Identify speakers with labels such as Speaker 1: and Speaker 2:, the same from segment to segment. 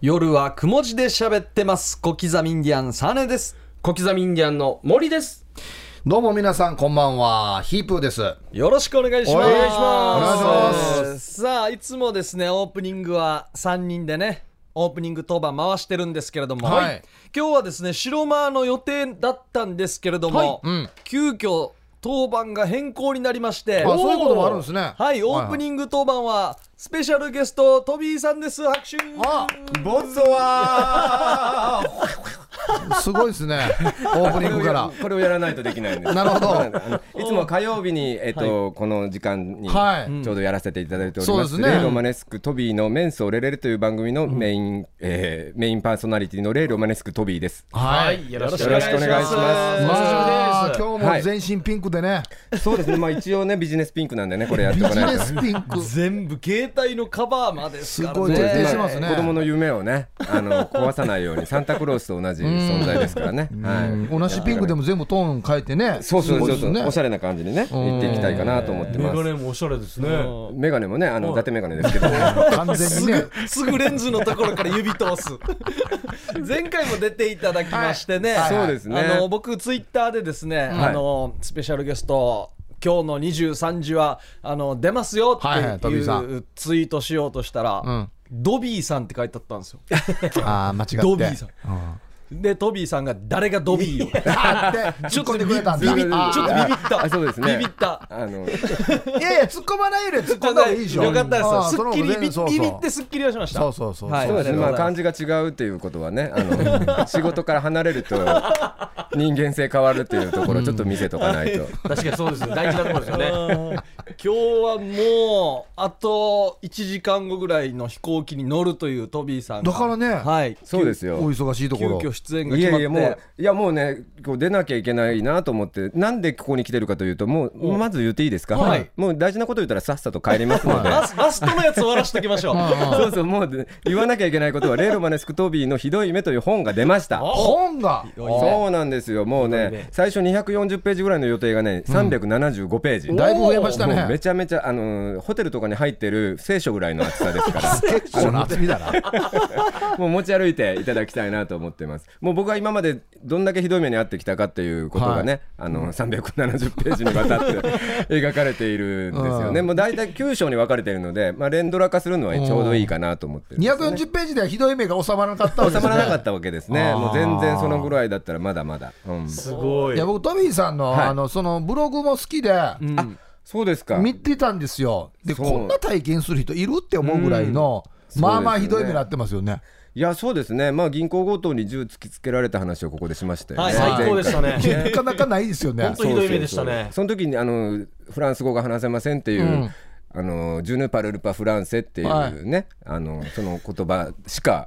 Speaker 1: 夜はくも字で喋ってます小刻みインディアンサネです
Speaker 2: 小刻みインディアンの森です。
Speaker 3: どうも皆さんこんばんは、ヒープーです。は
Speaker 1: よろしくお願いします
Speaker 3: お願いしますお願いし
Speaker 1: さあいつもですねオープニングは3人でねオープニング当番回してるんですけれども、
Speaker 3: はい
Speaker 1: 今日はですね白間の予定だったんですけれども、
Speaker 3: うん
Speaker 1: 急遽当番が変更になりまして
Speaker 3: あそういうこともあるんですね
Speaker 1: はいオープニング当番はスペシャルゲストトビーさんです拍手
Speaker 3: あ、
Speaker 4: ボッゾは
Speaker 3: すごいですね。オープニングから。
Speaker 4: これをやらないとできないんです
Speaker 3: なるほど
Speaker 4: そうなんですあのいつも火曜日に、えっとこの時間に、
Speaker 3: はい
Speaker 4: ちょうどやらせていただいておりま
Speaker 3: そ
Speaker 4: す
Speaker 3: うですね
Speaker 4: レイロマネスクトビーのメンソーレレレという番組のメイン、えーメインパーソナリティのレイロマネスクトビーです
Speaker 3: は。
Speaker 2: はいい、よろ
Speaker 4: よろしくお願いします
Speaker 3: ま
Speaker 2: お
Speaker 3: あ、
Speaker 2: 久しぶりです
Speaker 3: 今日も全身ピンクでね、
Speaker 4: そうですねまあ一応ねビジネスピンクなんでねこれやって
Speaker 3: ビ
Speaker 4: も
Speaker 3: ジ
Speaker 4: ら
Speaker 3: ネ
Speaker 4: えると
Speaker 3: スピンク。
Speaker 1: 全部携帯のカバーまですから
Speaker 3: すごい
Speaker 1: ね
Speaker 3: ですね
Speaker 4: まあ
Speaker 3: しますね
Speaker 4: 子供の夢をねあの壊さないようにサンタクロースと同じ存在ですからね、はい、
Speaker 3: 同じピンクでも全部トーン変えてね。
Speaker 4: そうそうそ
Speaker 3: すご
Speaker 4: うそう、
Speaker 3: いですね
Speaker 4: おしゃれな感じにね行っていきたいかなと思って
Speaker 2: メ
Speaker 4: ま
Speaker 2: ガ
Speaker 4: す
Speaker 2: ネもおしゃれですね。
Speaker 4: メガネもねあの伊達メガネですけど
Speaker 3: 完全
Speaker 1: す
Speaker 3: にね
Speaker 1: ぐ。すぐレンズのところから指通 す前回も出ていただきましてね、
Speaker 3: はいそう
Speaker 4: ですね
Speaker 1: あの僕ツイッターでですね、あのスペシャルゲスト今日の23時はあの出ますよって
Speaker 3: はいはいトビーさ
Speaker 1: いうんツイートしようとしたら、
Speaker 3: ん
Speaker 1: ドビーさんって書いてあったんですよ。
Speaker 3: ああ、間違って。
Speaker 1: ドビーさん
Speaker 3: うん。
Speaker 1: でトビーさんが誰がドビーよ
Speaker 3: あーって、
Speaker 1: ち
Speaker 3: 突
Speaker 1: ょ
Speaker 3: っ
Speaker 1: っと
Speaker 3: 込ん
Speaker 1: ビ
Speaker 3: で
Speaker 1: ビ
Speaker 3: く
Speaker 1: ビビ
Speaker 3: れ
Speaker 1: っ
Speaker 3: た
Speaker 1: た
Speaker 3: んだ。
Speaker 1: ちょっとビビった
Speaker 4: あそうですね
Speaker 1: ビビった
Speaker 4: あの
Speaker 3: いやいや、突っ込まないより突っ込んだ方がいいでし ょ。
Speaker 1: よかったですよ
Speaker 3: あー
Speaker 1: すっきりビビビって。
Speaker 3: そ
Speaker 1: すっきりはしました
Speaker 3: そうそうそう
Speaker 1: はい
Speaker 3: そ
Speaker 4: そう
Speaker 3: で
Speaker 4: うですす
Speaker 3: ね
Speaker 4: ね、まあ、漢字が違うということはねあの仕事から離れると人間性変わるっていうところちょっと見せとかないと、
Speaker 2: 確かにそうですね。大事なところですよね。
Speaker 1: 今日はもうあと1時間後ぐらいの飛行機に乗るというトビーさんが
Speaker 3: だからね
Speaker 1: はい、
Speaker 4: そうです
Speaker 3: お
Speaker 4: よ
Speaker 3: 忙しいとこ
Speaker 1: 急
Speaker 3: ろ。
Speaker 1: 遽出演が
Speaker 4: い
Speaker 1: 決ま
Speaker 4: や
Speaker 1: っ
Speaker 4: い
Speaker 1: て
Speaker 4: やもういやもうねこう出なきゃいけないなと思ってなんでここに来てるかというともうまず言っていいですか、
Speaker 1: はい
Speaker 4: もう大事なこと言ったらさっさと帰りますので
Speaker 1: ラスラストのやつ終わらせておきまし ょう
Speaker 4: そうそうもうで言わなきゃいけないことは「レイロマネスクトビーのひどい目」という本が出ました
Speaker 3: 本が。
Speaker 4: そうなんですよもうね最初240ページぐらいの予定がね375ページ、
Speaker 3: だいぶ増えました
Speaker 4: もうめ
Speaker 3: ね。
Speaker 4: ちゃめちゃ、あのーホテルとかに入ってる聖書ぐらいの厚さです か
Speaker 3: 結構な厚みだな。
Speaker 4: らもう持ち歩いていただきたいなと思ってますもう僕は今までどんだけひどい目に遭ってきたかっていうことがね、あのー370ページにわたって 描かれているんですよね、
Speaker 3: うん
Speaker 4: もう大体9章に分かれているので、まあ、連ドラ化するのはちょうどいいかなと思ってるんですね、
Speaker 3: 240ページではひどい目が収まらなかったわけで
Speaker 4: 収
Speaker 3: す、ね、
Speaker 4: まらなかったわけですね
Speaker 3: あー
Speaker 4: もう全然そのぐらいだったらまだまだ、うん、
Speaker 2: すごい。
Speaker 3: いや僕トミーさんの,、
Speaker 4: はい
Speaker 3: あのそのブログも好きで、
Speaker 4: そうですか
Speaker 3: 見てたんですよで
Speaker 4: そう
Speaker 3: こんな体験する人いるって思うぐらいの、まあまあ
Speaker 4: そう
Speaker 3: ひ
Speaker 4: で
Speaker 3: ど
Speaker 4: すよね
Speaker 3: い目になってますよね
Speaker 4: いやそうですねまあ銀行強盗に銃突きつけられた話をここでしましたよね、
Speaker 2: はい、最高でした ね。
Speaker 3: なかなかないですよね
Speaker 2: 本当ひどい目でしたね。
Speaker 4: その時にあのフランス語が話せませんっていう、
Speaker 3: うん
Speaker 4: あのジュヌパルルパフランセっていうね、あのその言葉し か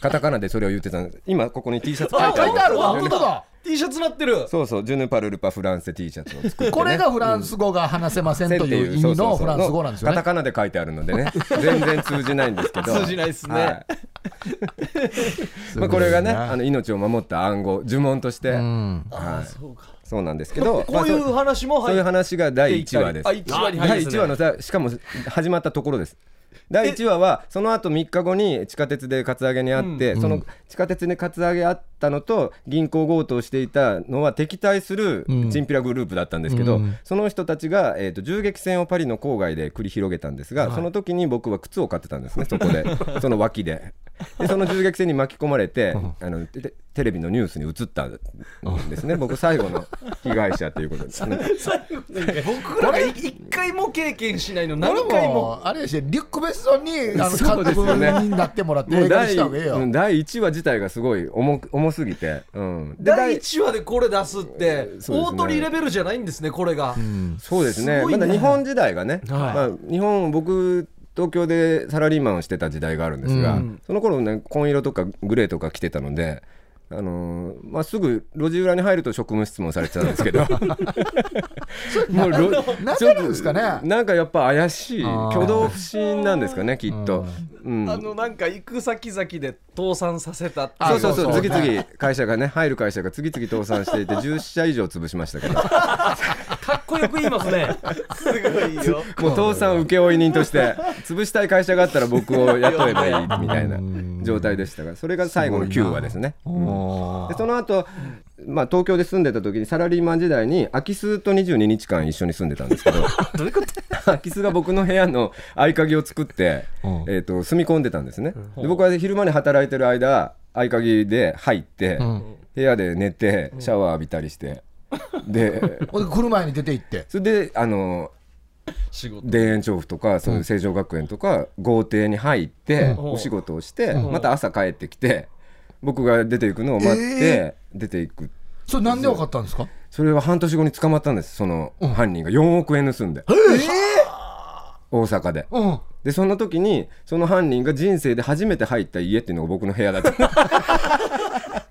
Speaker 4: カタカナでそれを言ってたんです今ここに T シャツ書いて
Speaker 3: 書
Speaker 4: あ
Speaker 3: い
Speaker 4: る
Speaker 3: てある
Speaker 1: あ
Speaker 3: わ本当だ
Speaker 1: T シャツなってる
Speaker 4: そうそうジュヌパルルパフランセ T シャツを作って、ね、
Speaker 3: これがフランス語が話せませんという意
Speaker 4: そう
Speaker 3: 味
Speaker 4: そう
Speaker 3: の
Speaker 4: そ
Speaker 3: フ
Speaker 4: う
Speaker 3: ランス語なんですよ
Speaker 4: カタ
Speaker 3: ね
Speaker 4: カナで書いてあるので ね全然通じないんですけど
Speaker 1: 通じないですね
Speaker 4: はまあ、これがねあの命を守った暗号呪文として、はい、
Speaker 1: そうか
Speaker 4: そうなんですけど
Speaker 1: こうい
Speaker 4: まあそう
Speaker 1: う話も
Speaker 4: そうい
Speaker 1: 入
Speaker 4: う
Speaker 1: っ
Speaker 4: 話が
Speaker 1: て
Speaker 4: 第
Speaker 1: いた
Speaker 4: 1話
Speaker 1: り
Speaker 4: です
Speaker 1: あ一話に入
Speaker 2: は
Speaker 1: っ
Speaker 2: い
Speaker 4: 第1話のさしかも始まったところです第1話はその後3日後に地下鉄でカツアゲにあって、その地下鉄でカツアゲあったのと銀行強盗をしていたのは敵対するチンピラグループだったんですけど、その人たちが、えー、と銃撃戦をパリの郊外で繰り広げたんですが、その時に僕は靴を買ってたんですねそこで その脇で。でその銃撃戦に巻き込まれて、あのテテレビのニュースに映ったんですね、僕、最後の被害者とい うことです、
Speaker 1: 僕らが一回も経験しないの
Speaker 3: これ
Speaker 1: 何回も
Speaker 3: もあれやしリュック・ベッソンにあの
Speaker 4: そう
Speaker 3: 監
Speaker 4: ですよね
Speaker 3: 督になってもらって
Speaker 4: もう
Speaker 3: 映画に
Speaker 4: 第
Speaker 3: した方がいいよ、
Speaker 4: うん第1話自体がすごい重く重すぎて、うん、で
Speaker 1: 第1話でこれ出すって
Speaker 4: すね
Speaker 1: 大鳥レベルじゃないんですねこれが
Speaker 4: そうです
Speaker 1: す
Speaker 4: ね
Speaker 1: ごいね
Speaker 4: まだ日本時代がね、
Speaker 2: はい
Speaker 4: まあ、日本僕東京でサラリーマンをしてた時代があるんですが、その頃ね紺色とかグレーとか着てたので。あのーまあ、すぐ路地裏に入ると職務質問されてたんです けどもう路
Speaker 3: なん
Speaker 4: ちょ
Speaker 3: で
Speaker 4: っと
Speaker 3: なんですかね
Speaker 4: なんかやっぱ怪しい
Speaker 3: あー
Speaker 4: 挙動不審なんですかねきっと、うん、
Speaker 1: あのなんか行く先々で倒産させたって
Speaker 3: あ
Speaker 4: そうそう
Speaker 3: そ
Speaker 4: そうう
Speaker 3: そう
Speaker 4: 次々会社がね入る会社が次々倒産し ていて10社以上潰しましたけど
Speaker 2: かっこよく言いますね。
Speaker 1: すごいよ
Speaker 4: もう倒産請負人として潰したい会社があったら僕を雇えばいいみたいな状態でしたから、それが最後の9話ですね。
Speaker 3: お
Speaker 4: で
Speaker 3: ー
Speaker 4: その後、まあ東京で住んでた時にサラリーマン時代に空き巣と22日間一緒に住んでたんですけど
Speaker 2: どういうこと
Speaker 4: 空き巣が僕の部屋の合鍵を作って、
Speaker 3: うん
Speaker 4: えー、と住み込んでたんですね、で僕は昼間に働いてる間合鍵で入って、
Speaker 3: ん
Speaker 4: 部屋で寝てシャワー浴びたりして、で
Speaker 3: ほんで車に出て行って
Speaker 4: それであの
Speaker 1: 仕事
Speaker 4: 田園調布とかそういう成城学園とか豪邸に入ってお仕事をしてまた朝帰ってきて僕が出ていくのを待って出ていく
Speaker 3: それなんで分かったんですか
Speaker 4: それは半年後に捕まったんですその犯人が4億円盗んで大阪で
Speaker 3: うん
Speaker 4: でその時にその犯人が人生で初めて入った家っていうのが僕の部屋だった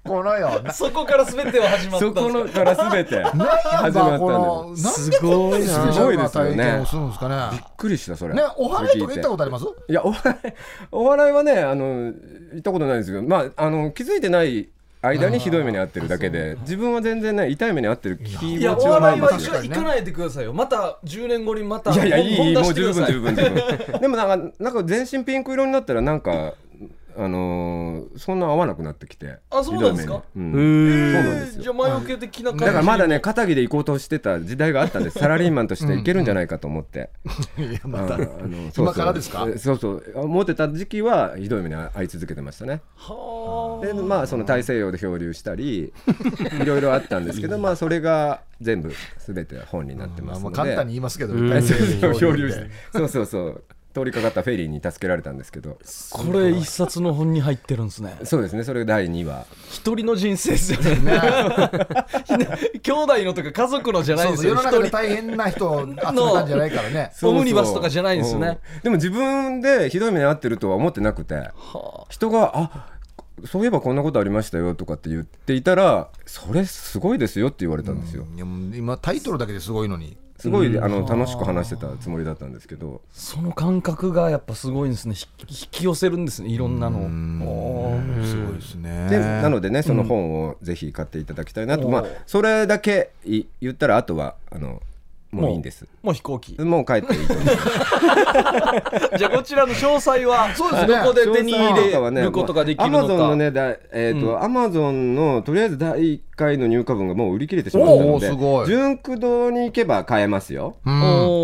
Speaker 3: このよ
Speaker 1: そこから全ては始まった
Speaker 4: そ
Speaker 1: んです
Speaker 4: このから全て始まった
Speaker 3: なんん
Speaker 4: です
Speaker 3: だこ
Speaker 4: よ
Speaker 3: のなんでこんなにスペシャルな体験をするんですか
Speaker 4: びっ
Speaker 3: ね
Speaker 4: くりしたそれ
Speaker 3: ねお
Speaker 4: そ
Speaker 3: 花と
Speaker 4: れ聞い
Speaker 3: か
Speaker 4: て
Speaker 3: 行ったことあります
Speaker 4: いやお笑いお笑いはねあの行ったことないんですけど、まあ、あの気づいてない間にひどい目に遭ってるだけで自分は全然ね痛い目に遭ってる気持
Speaker 1: い
Speaker 4: ち
Speaker 1: や
Speaker 4: は
Speaker 1: お笑いは
Speaker 4: ないんです
Speaker 1: 一
Speaker 4: よ
Speaker 1: 緒に行かないでくださいよまた10年後にまた
Speaker 4: いやいやいいいいも
Speaker 1: 本
Speaker 4: う
Speaker 1: 出して
Speaker 4: 十
Speaker 1: くだ
Speaker 4: 分
Speaker 1: さい
Speaker 4: 十分十分でもなんかなんか全身ピンク色になったらなんかあのーそんな合わなくなってきて
Speaker 1: あそうなんですか
Speaker 4: ひどい目にうんそうなんです
Speaker 1: えー
Speaker 4: よ
Speaker 1: じゃあ前置き的な感じ
Speaker 4: だからまだね肩着で行こうとしてた時代があったんですサラリーマンとしていけるんじゃないかと思って、
Speaker 3: いやまた
Speaker 4: あのそうそう
Speaker 3: 今からですか
Speaker 4: そうそう思ってた時期はひどい目に遭い続けてましたね
Speaker 1: は
Speaker 4: でまあその大西洋で漂流し たりいろいろあったんですけどまあそれが全部全て本になってま
Speaker 3: ますあ
Speaker 4: の
Speaker 3: まあ
Speaker 4: で、
Speaker 3: 簡単に言いますけど
Speaker 4: 大西洋で漂
Speaker 3: 漂
Speaker 4: 流
Speaker 3: 流
Speaker 4: し
Speaker 3: してて
Speaker 4: そうそうそう通りかかったフェリーに助けられたんですけど
Speaker 1: あこれ一冊の本に入ってるんですね
Speaker 4: そうですねそれが第2話
Speaker 1: 一人の人生ですよね 兄弟のとか家族のじゃない
Speaker 3: そ
Speaker 1: で
Speaker 3: うそ
Speaker 1: すよ
Speaker 3: う世の中
Speaker 1: 一
Speaker 3: で
Speaker 1: 人
Speaker 3: 大変な人を集めたんじゃないからね
Speaker 1: オムニバスとかじゃないんですね、
Speaker 4: うんでも自分でひどい目に遭ってるとは思ってなくて人が「あそういえばこんなことありましたよ」とかって言っていたら「それすごいですよ」って言われたんですよ
Speaker 3: いやもう今タイトルだけですごいのに
Speaker 4: すごいあの楽しく話してたつもりだったんですけど
Speaker 1: その感覚がやっぱすごいんですね引き引き寄せるんですねいろんなのおー
Speaker 3: すごいですね
Speaker 4: でなのでねその本をぜひ買っていただきたいなと、
Speaker 1: うん
Speaker 4: まあ
Speaker 1: おー
Speaker 4: それだけい言ったらあとはあのもういいんです
Speaker 1: もう飛行機
Speaker 4: もう帰ってい いと思います
Speaker 1: じゃあこちらの詳細は
Speaker 3: そうですね
Speaker 1: どこで手に入れることができるの
Speaker 4: アマゾン
Speaker 1: か、
Speaker 4: のねだえっ、と、アマゾンのとりあえず第1回の入荷分がもう売り切れてしまった
Speaker 3: お
Speaker 4: の
Speaker 3: ー
Speaker 4: です
Speaker 3: ごい
Speaker 4: 純駆動に行けば買えますよ
Speaker 3: うん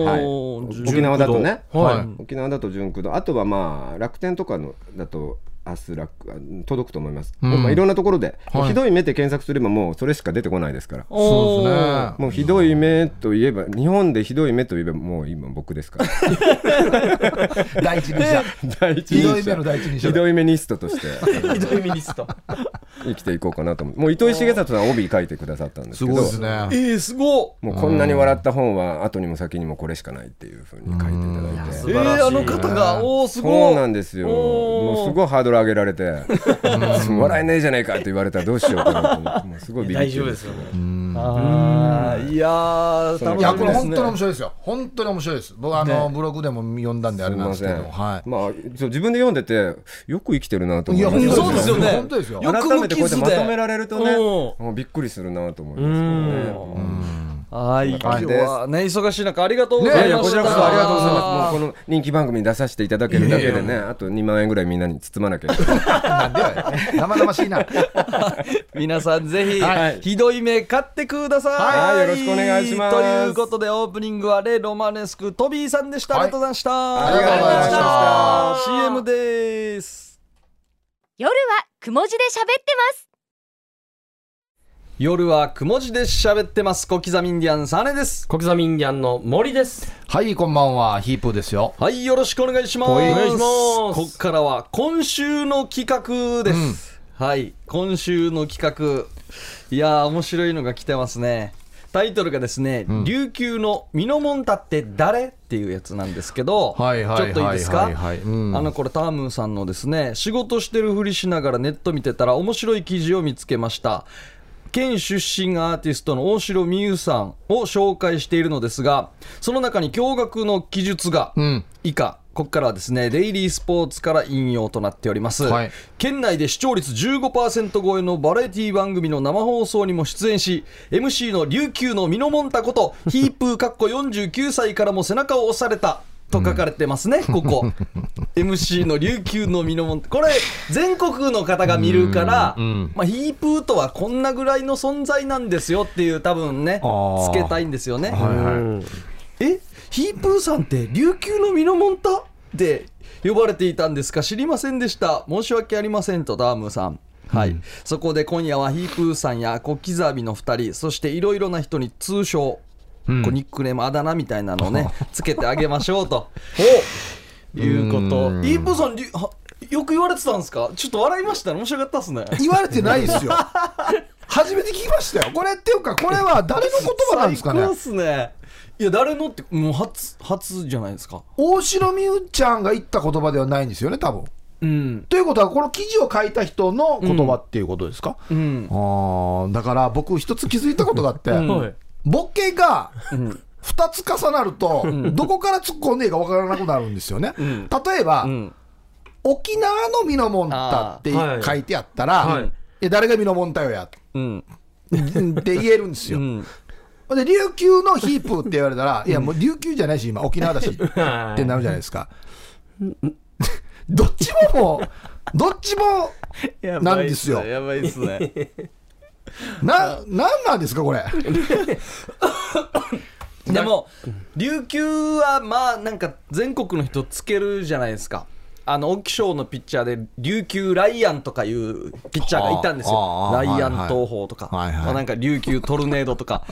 Speaker 4: はい
Speaker 1: おー
Speaker 4: 沖縄だとね
Speaker 1: は
Speaker 3: はい
Speaker 1: い
Speaker 4: 沖縄だと純駆動あとはまあ楽天とかのだと明日楽あ届くと思います、
Speaker 3: うん
Speaker 4: まあ、いろんなところで、
Speaker 3: はい
Speaker 4: ひどい目で検索すればもうそれしか出てこないですから
Speaker 3: そうで
Speaker 1: お
Speaker 3: すね
Speaker 1: ー
Speaker 4: もうひどい目といえば、日本でひどい目といえば、もう今僕ですから。
Speaker 3: 第一人者
Speaker 4: 第一
Speaker 3: ひ
Speaker 4: 人者
Speaker 3: どい目の第一人
Speaker 4: ひ
Speaker 3: 者
Speaker 4: どい目ニストとして
Speaker 2: ひどいミニスト。
Speaker 4: 生きていこうかなと思って、もう糸井重里さんは帯書いてくださったんです
Speaker 3: す
Speaker 4: け
Speaker 3: ごい
Speaker 4: ど
Speaker 3: で、すね
Speaker 1: えー、すご
Speaker 4: もうこんなに笑った本は後にも先にもこれしかないっていうふうに書いていただい
Speaker 1: い
Speaker 4: て。
Speaker 1: え
Speaker 2: 素晴らしい
Speaker 1: ー、あの方がおおすごい
Speaker 4: そうなんですよ。
Speaker 1: おー
Speaker 4: もうすごいハードル上げられて、笑えないじゃないかって言われたらどうしようかなと思って、もうすごいビビって
Speaker 2: 大丈夫ですよ。
Speaker 1: あーいやー
Speaker 4: そう
Speaker 1: 楽
Speaker 3: いやこ
Speaker 1: しみ
Speaker 3: れ
Speaker 1: です
Speaker 3: 本
Speaker 1: ね
Speaker 3: 当に面白いですよ本当に面白いです僕あの
Speaker 1: ね
Speaker 3: ブログでも読んだんであ
Speaker 4: す
Speaker 3: れ
Speaker 4: み
Speaker 3: なん
Speaker 4: ま
Speaker 3: です
Speaker 4: せ
Speaker 3: け
Speaker 4: ん。
Speaker 3: ど
Speaker 4: まあ
Speaker 3: は、
Speaker 4: そう自分で読んでて、よく生きてるなと
Speaker 3: いい
Speaker 4: 思
Speaker 3: や
Speaker 4: いま
Speaker 3: 本
Speaker 4: した
Speaker 1: そう
Speaker 3: 当
Speaker 1: で
Speaker 3: ですす
Speaker 1: よ
Speaker 3: よ
Speaker 1: ね
Speaker 3: 本当ですよ
Speaker 1: よ
Speaker 4: 改
Speaker 1: く無
Speaker 4: めてこうやって
Speaker 1: 傷
Speaker 4: ま
Speaker 1: で
Speaker 4: とめられるとね、
Speaker 1: う
Speaker 4: もうびっくりするなと思いますけどね。
Speaker 1: はい、今
Speaker 4: 感
Speaker 1: 日
Speaker 4: じです
Speaker 1: はね、忙しい中、ありがとうご
Speaker 4: い
Speaker 1: ざ
Speaker 4: やい
Speaker 1: い
Speaker 4: や
Speaker 1: ま
Speaker 4: こ
Speaker 1: し
Speaker 4: ち
Speaker 1: た。
Speaker 4: らこそありがとうございます。もうこの人気番組に出させていただけるだけでね、あと2万円ぐらいみんなに包まなきゃいけない。
Speaker 3: なんでよ生々しいな
Speaker 1: 皆さん、ぜひ、
Speaker 4: はい
Speaker 1: ひどい目買ってください。
Speaker 4: はいよろしくお願いします
Speaker 1: ということで、オープニングはレ・ロマネスク、トビーさんでした。あ
Speaker 3: はい
Speaker 1: りがとうございました。
Speaker 4: ありがとうございました
Speaker 1: ありがとうございました CM です。
Speaker 5: 夜はくも字で喋ってます
Speaker 1: 夜はくも字で喋ってます。小刻みインディアン、サネです。
Speaker 2: 小刻みインディアンの森です。
Speaker 3: はいこんばんはヒープーですよ
Speaker 1: はい、よろしくお願いします。
Speaker 2: お願いします
Speaker 1: こっからは今週の企画です。はい、今週の企画。いやー、面白いのが来てますね。タイトルがですね、琉球のミノモンタって誰っていうやつなんですけど、
Speaker 3: はいはい
Speaker 1: ちょっといいですか、
Speaker 3: はいはいはいうん
Speaker 1: あのこれタームーさんのですね仕事してるふりしながらネット見てたら面白い記事を見つけました県出身アーティストの大城美優さんを紹介しているのですがその中に驚愕の記述が
Speaker 3: うん
Speaker 1: 以下ここからはですねデイリースポーツから引用となっております、
Speaker 3: はい
Speaker 1: 県内で視聴率15%超えのバラエティ番組の生放送にも出演し MC の琉球のミノモンタことヒープーかっこ49歳からも背中を押されたと書かれてますね、こ こ MC の琉球の身のもんこれ全国の方が見るから、
Speaker 3: うんうん
Speaker 1: まあ、ヒープーとはこんなぐらいの存在なんですよっていう多分ね
Speaker 3: あー
Speaker 1: つけたいんですよね、
Speaker 3: はいはい
Speaker 2: うん
Speaker 1: えヒープーさんって琉球の身のもんたって呼ばれていたんですか知りませんでした申し訳ありませんとダームさんはい、そこで今夜はヒープーさんや小刻みの2人そしていろいろな人に通称、こうニックネームあだ名みたいなのを ねつけてあげましょうということヒープーさんりゅはよく言われてたんですかちょっと笑いましたね面白かったっ すね
Speaker 3: 言われてないですよ初めて聞きましたよこれっていうかこれは誰の言葉なんですか
Speaker 1: 最高
Speaker 3: ね
Speaker 1: っすねいや誰のってもう初初じゃないですか
Speaker 3: 大城美宇ちゃんが言った言葉ではないんですよね多分
Speaker 1: うん
Speaker 3: ということはこの記事を書いた人の言葉っていうことですか、
Speaker 1: うん
Speaker 3: あーだから僕一つ気づいたことがあって、
Speaker 1: うん
Speaker 2: はい
Speaker 3: ボケが2つ重なると、どこから突っ込んでいいか分からなくなるんですよね、
Speaker 1: ん
Speaker 3: 例えば、
Speaker 1: うん
Speaker 3: 沖縄のミノモンタって
Speaker 2: あーはい
Speaker 3: 書いてあったら、
Speaker 2: はい
Speaker 3: え誰がミノモンタよやって
Speaker 1: うん
Speaker 3: 言えるんですよ、
Speaker 1: うん
Speaker 3: で琉球のヒープーって言われたら、いやもう琉球じゃないし今沖縄だし
Speaker 2: はい
Speaker 3: ってなるじゃないですか どっちももうどっ ちもなんですよ
Speaker 1: やばいっすね。
Speaker 3: ななんなんですかこれ
Speaker 1: でも、琉球はまあ、なんか全国の人つけるじゃないですか。あの、沖賞のピッチャーで、琉球ライアンとかいうピッチャーがいたんですよ
Speaker 3: あ。あ
Speaker 1: ライアン
Speaker 3: はいはい
Speaker 1: 東宝とか、
Speaker 3: はいはい
Speaker 1: まあなんか琉球トルネードとか。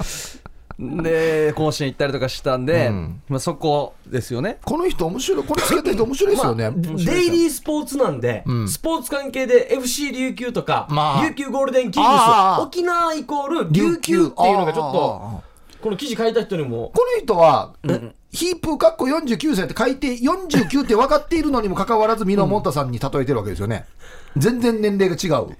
Speaker 1: で、甲子園行ったりとかしたんで、
Speaker 3: うん
Speaker 1: まあそこですよね。
Speaker 3: この人面白いこれつけた人面白いですよね、
Speaker 2: デイリースポーツなんで、
Speaker 3: ん
Speaker 2: スポーツ関係で FC 琉球とか、
Speaker 3: まあ
Speaker 2: 琉球ゴールデンキング
Speaker 3: あ
Speaker 2: ス
Speaker 3: あ
Speaker 2: 沖縄イコール琉球っていうのがちょっ
Speaker 3: あー
Speaker 2: とこの記事書いた人にも
Speaker 3: この人は、ヒープーかっこ49歳って書いて、49って分かっているのにもかかわらず、ミノモンタさんに例えてるわけですよね。全然年齢が違う。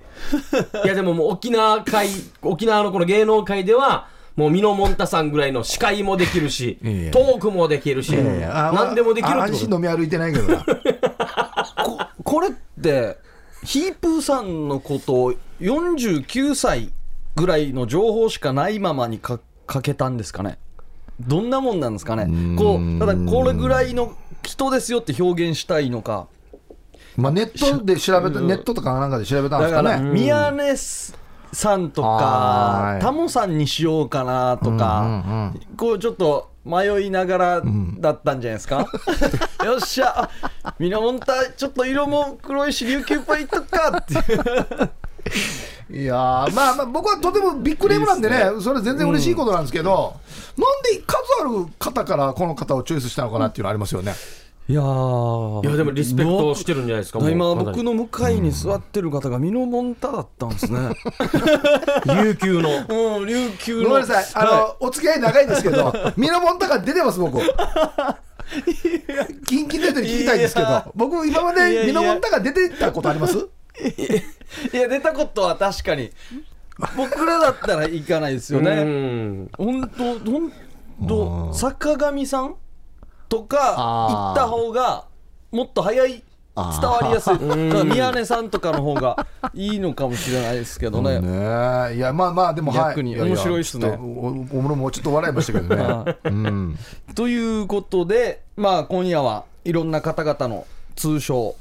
Speaker 2: いやでももう沖縄界 沖縄のこの芸能界ではもうミノモンタさんぐらいの司会もできるし
Speaker 3: いやいや
Speaker 2: トークもできるし何でもできる
Speaker 3: あ
Speaker 2: って
Speaker 3: 安
Speaker 2: こと
Speaker 3: 心飲み歩いてないけどな。
Speaker 1: ここれってヒープーさんのことを49歳ぐらいの情報しかないままにかかけたんですかねどんなもんなんですかねこうただこれぐらいの人ですよって表現したいのか
Speaker 3: まあ、ネットで調べた、ネットとかなんかで調べたんで
Speaker 1: だ
Speaker 3: す
Speaker 1: か
Speaker 3: からね。
Speaker 1: 宮根さんと
Speaker 3: あーは
Speaker 1: か
Speaker 3: い
Speaker 1: タモさんにしようかなとかこうちょっと迷いながらだったんじゃないです かよっしゃあミノモンタちょっと色も黒いし琉球っぽいとかって
Speaker 3: いやー、まあまあ、僕はとてもビッグネームなんでね、それ全然嬉しいことなんですけど、なんで数ある方からこの方をチョイスしたのかなっていうのありますよね。
Speaker 1: いやー
Speaker 2: いやでもリスペクトしてるんじゃないですかもう
Speaker 1: 今
Speaker 2: かなり
Speaker 1: 僕の向かいに座ってる方がミノモンタだったんですね
Speaker 2: 琉球の
Speaker 1: うん琉球の
Speaker 3: ごめんなさい、あの、お付き合い長いんですけ ど、ミノモンタが出てます、僕。キンキンの人に聞きたいんですけ
Speaker 1: いや
Speaker 3: ど、僕、今ま
Speaker 1: いや
Speaker 3: で
Speaker 1: いや
Speaker 3: ミノモンタが出てたことあります
Speaker 1: いや出たことは確かに僕らだったら行かないですよ
Speaker 2: う
Speaker 1: ね
Speaker 2: ん
Speaker 1: 本当本当坂上さんとか行
Speaker 3: あー
Speaker 1: った方がもっと早い伝
Speaker 3: あー
Speaker 1: わりや すいだから宮根さんとかの方がいいのかもしれないですけどね、
Speaker 3: ねえいや、まあまあ、でも、はい
Speaker 1: 逆に
Speaker 3: やや
Speaker 1: 面白いっすね
Speaker 3: ちょっとおおもろもちょっと笑いまし たけどね。
Speaker 1: はい
Speaker 3: うん
Speaker 1: ということで、まあ、今夜はいろんな方々の通称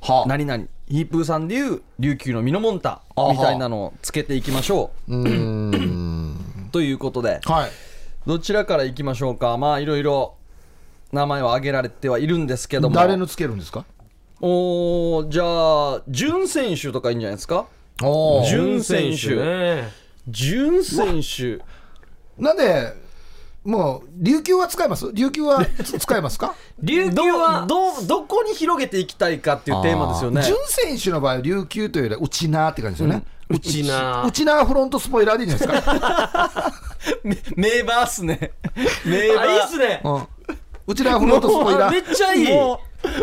Speaker 3: はあ
Speaker 1: 何々ヒープーさんでいう琉球のミノモンタ
Speaker 3: あは
Speaker 1: みたいなのをつけていきましょ
Speaker 3: うーん。
Speaker 1: う ということで
Speaker 3: はい。
Speaker 1: どちらからいきましょうかまあいろいろ名前を挙げられてはいるんですけども
Speaker 3: 誰のつけるんですか
Speaker 1: おーじゃあ準選手とかいいんじゃないですか
Speaker 3: お
Speaker 1: じゅ
Speaker 3: ー
Speaker 1: 準選手
Speaker 2: 準ね
Speaker 1: 準選手
Speaker 3: なんで、もう、琉球は使います琉球はつ使いますか
Speaker 2: 琉球
Speaker 1: ど
Speaker 2: は
Speaker 1: どどこに広げていきたいかっていう テーマですよね
Speaker 3: 純選手の場合、琉球というよりは、うちなーって感じですよね。
Speaker 2: うちな
Speaker 3: うちなーフロントスポイラーでいいんじゃないですか
Speaker 1: め名場っす ね名
Speaker 2: あいいっ
Speaker 1: 場
Speaker 2: すね
Speaker 3: うんうちらフロントスポイラ
Speaker 2: め
Speaker 3: ー
Speaker 2: っちゃいい
Speaker 1: も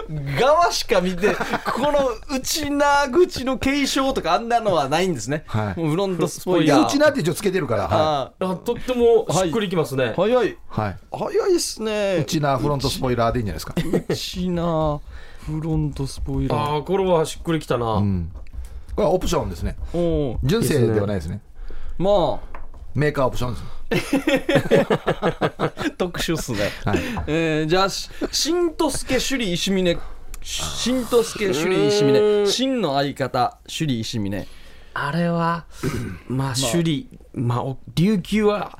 Speaker 1: う側しか見てこの内な口の継承とかあんなのはないんですね、
Speaker 3: はい
Speaker 1: もうフロントスポ
Speaker 3: い
Speaker 1: イラ
Speaker 3: や
Speaker 1: ー
Speaker 3: うちなって一応つけてるから、は
Speaker 1: あ
Speaker 2: あとってもしっくりきますね
Speaker 1: ー早い
Speaker 3: いはい、
Speaker 1: 早いっすね
Speaker 3: うちなフロントスポイラーでいいんじゃないですか、
Speaker 1: 内なフロントスポイラー
Speaker 2: ああこれはしっくりきたな
Speaker 3: うんこれはオプションですね
Speaker 1: おう
Speaker 3: 純正ではないですね
Speaker 1: まあ
Speaker 3: メーカーオプションです
Speaker 1: 特殊っすね、えーじゃあし新とすけ首里石峰新とすけ首里石峰真の相方首里石峰
Speaker 2: あれはまあ首里まあお琉球は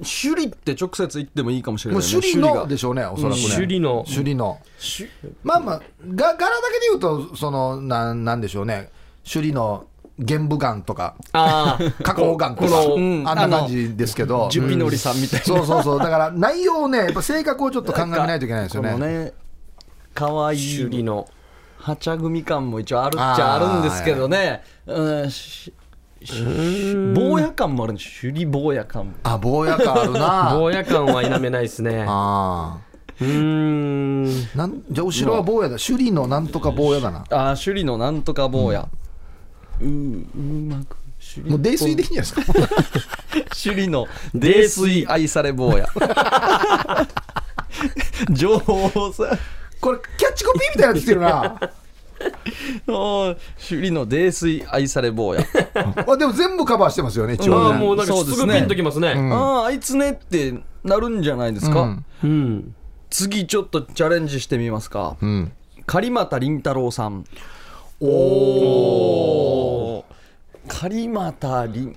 Speaker 1: 首里って直接言ってもいいかもしれ
Speaker 3: も
Speaker 1: な
Speaker 3: う
Speaker 1: いね
Speaker 3: 首里のでしょうねおそらくね
Speaker 2: 首里の
Speaker 3: 首里の
Speaker 1: 首里
Speaker 3: まあまあが柄だけで言うとそのなんなんでしょうね首里の玄武岩とか
Speaker 2: ああ
Speaker 3: 花崗岩と
Speaker 2: こ
Speaker 3: か
Speaker 2: の
Speaker 3: あん
Speaker 1: ん
Speaker 3: な感じですけど
Speaker 1: ジュピノリさんみたいな、
Speaker 3: そうそうそうだから内容をねやっぱ性格をちょっと考えないといけないですよ
Speaker 1: この
Speaker 3: ね
Speaker 1: ね可愛い
Speaker 2: 首里の
Speaker 1: はちゃ組感も一応あるっちゃあるんですけどねうんしし坊や感もあるんです首里坊や感も
Speaker 3: あ坊や感あるな
Speaker 2: 坊や感は否めないですね
Speaker 3: あ
Speaker 2: うーん
Speaker 3: ーなんじゃあ後ろは坊やだ首里のなんとか坊やだな
Speaker 1: あー首里のなんとか坊や、うううまく首里
Speaker 3: もう泥酔でいいんじゃないですか
Speaker 1: 首里の泥酔愛され 坊や情報をさ
Speaker 3: これキャッチコピーみたいなやつ来てるな
Speaker 1: おー首里の泥酔愛され坊や
Speaker 3: あでも全部カバーしてますよね一
Speaker 2: あ
Speaker 3: 応
Speaker 2: あ
Speaker 3: ね
Speaker 2: もうなんか
Speaker 1: そう
Speaker 2: す
Speaker 1: です
Speaker 2: ぐ
Speaker 1: ね
Speaker 2: ピンときますね
Speaker 1: あああいつねってなるんじゃないですか、
Speaker 3: うん
Speaker 2: うん
Speaker 1: 次ちょっとチャレンジしてみますか、
Speaker 3: ん
Speaker 1: 狩俣凛太郎さんおお狩俣凛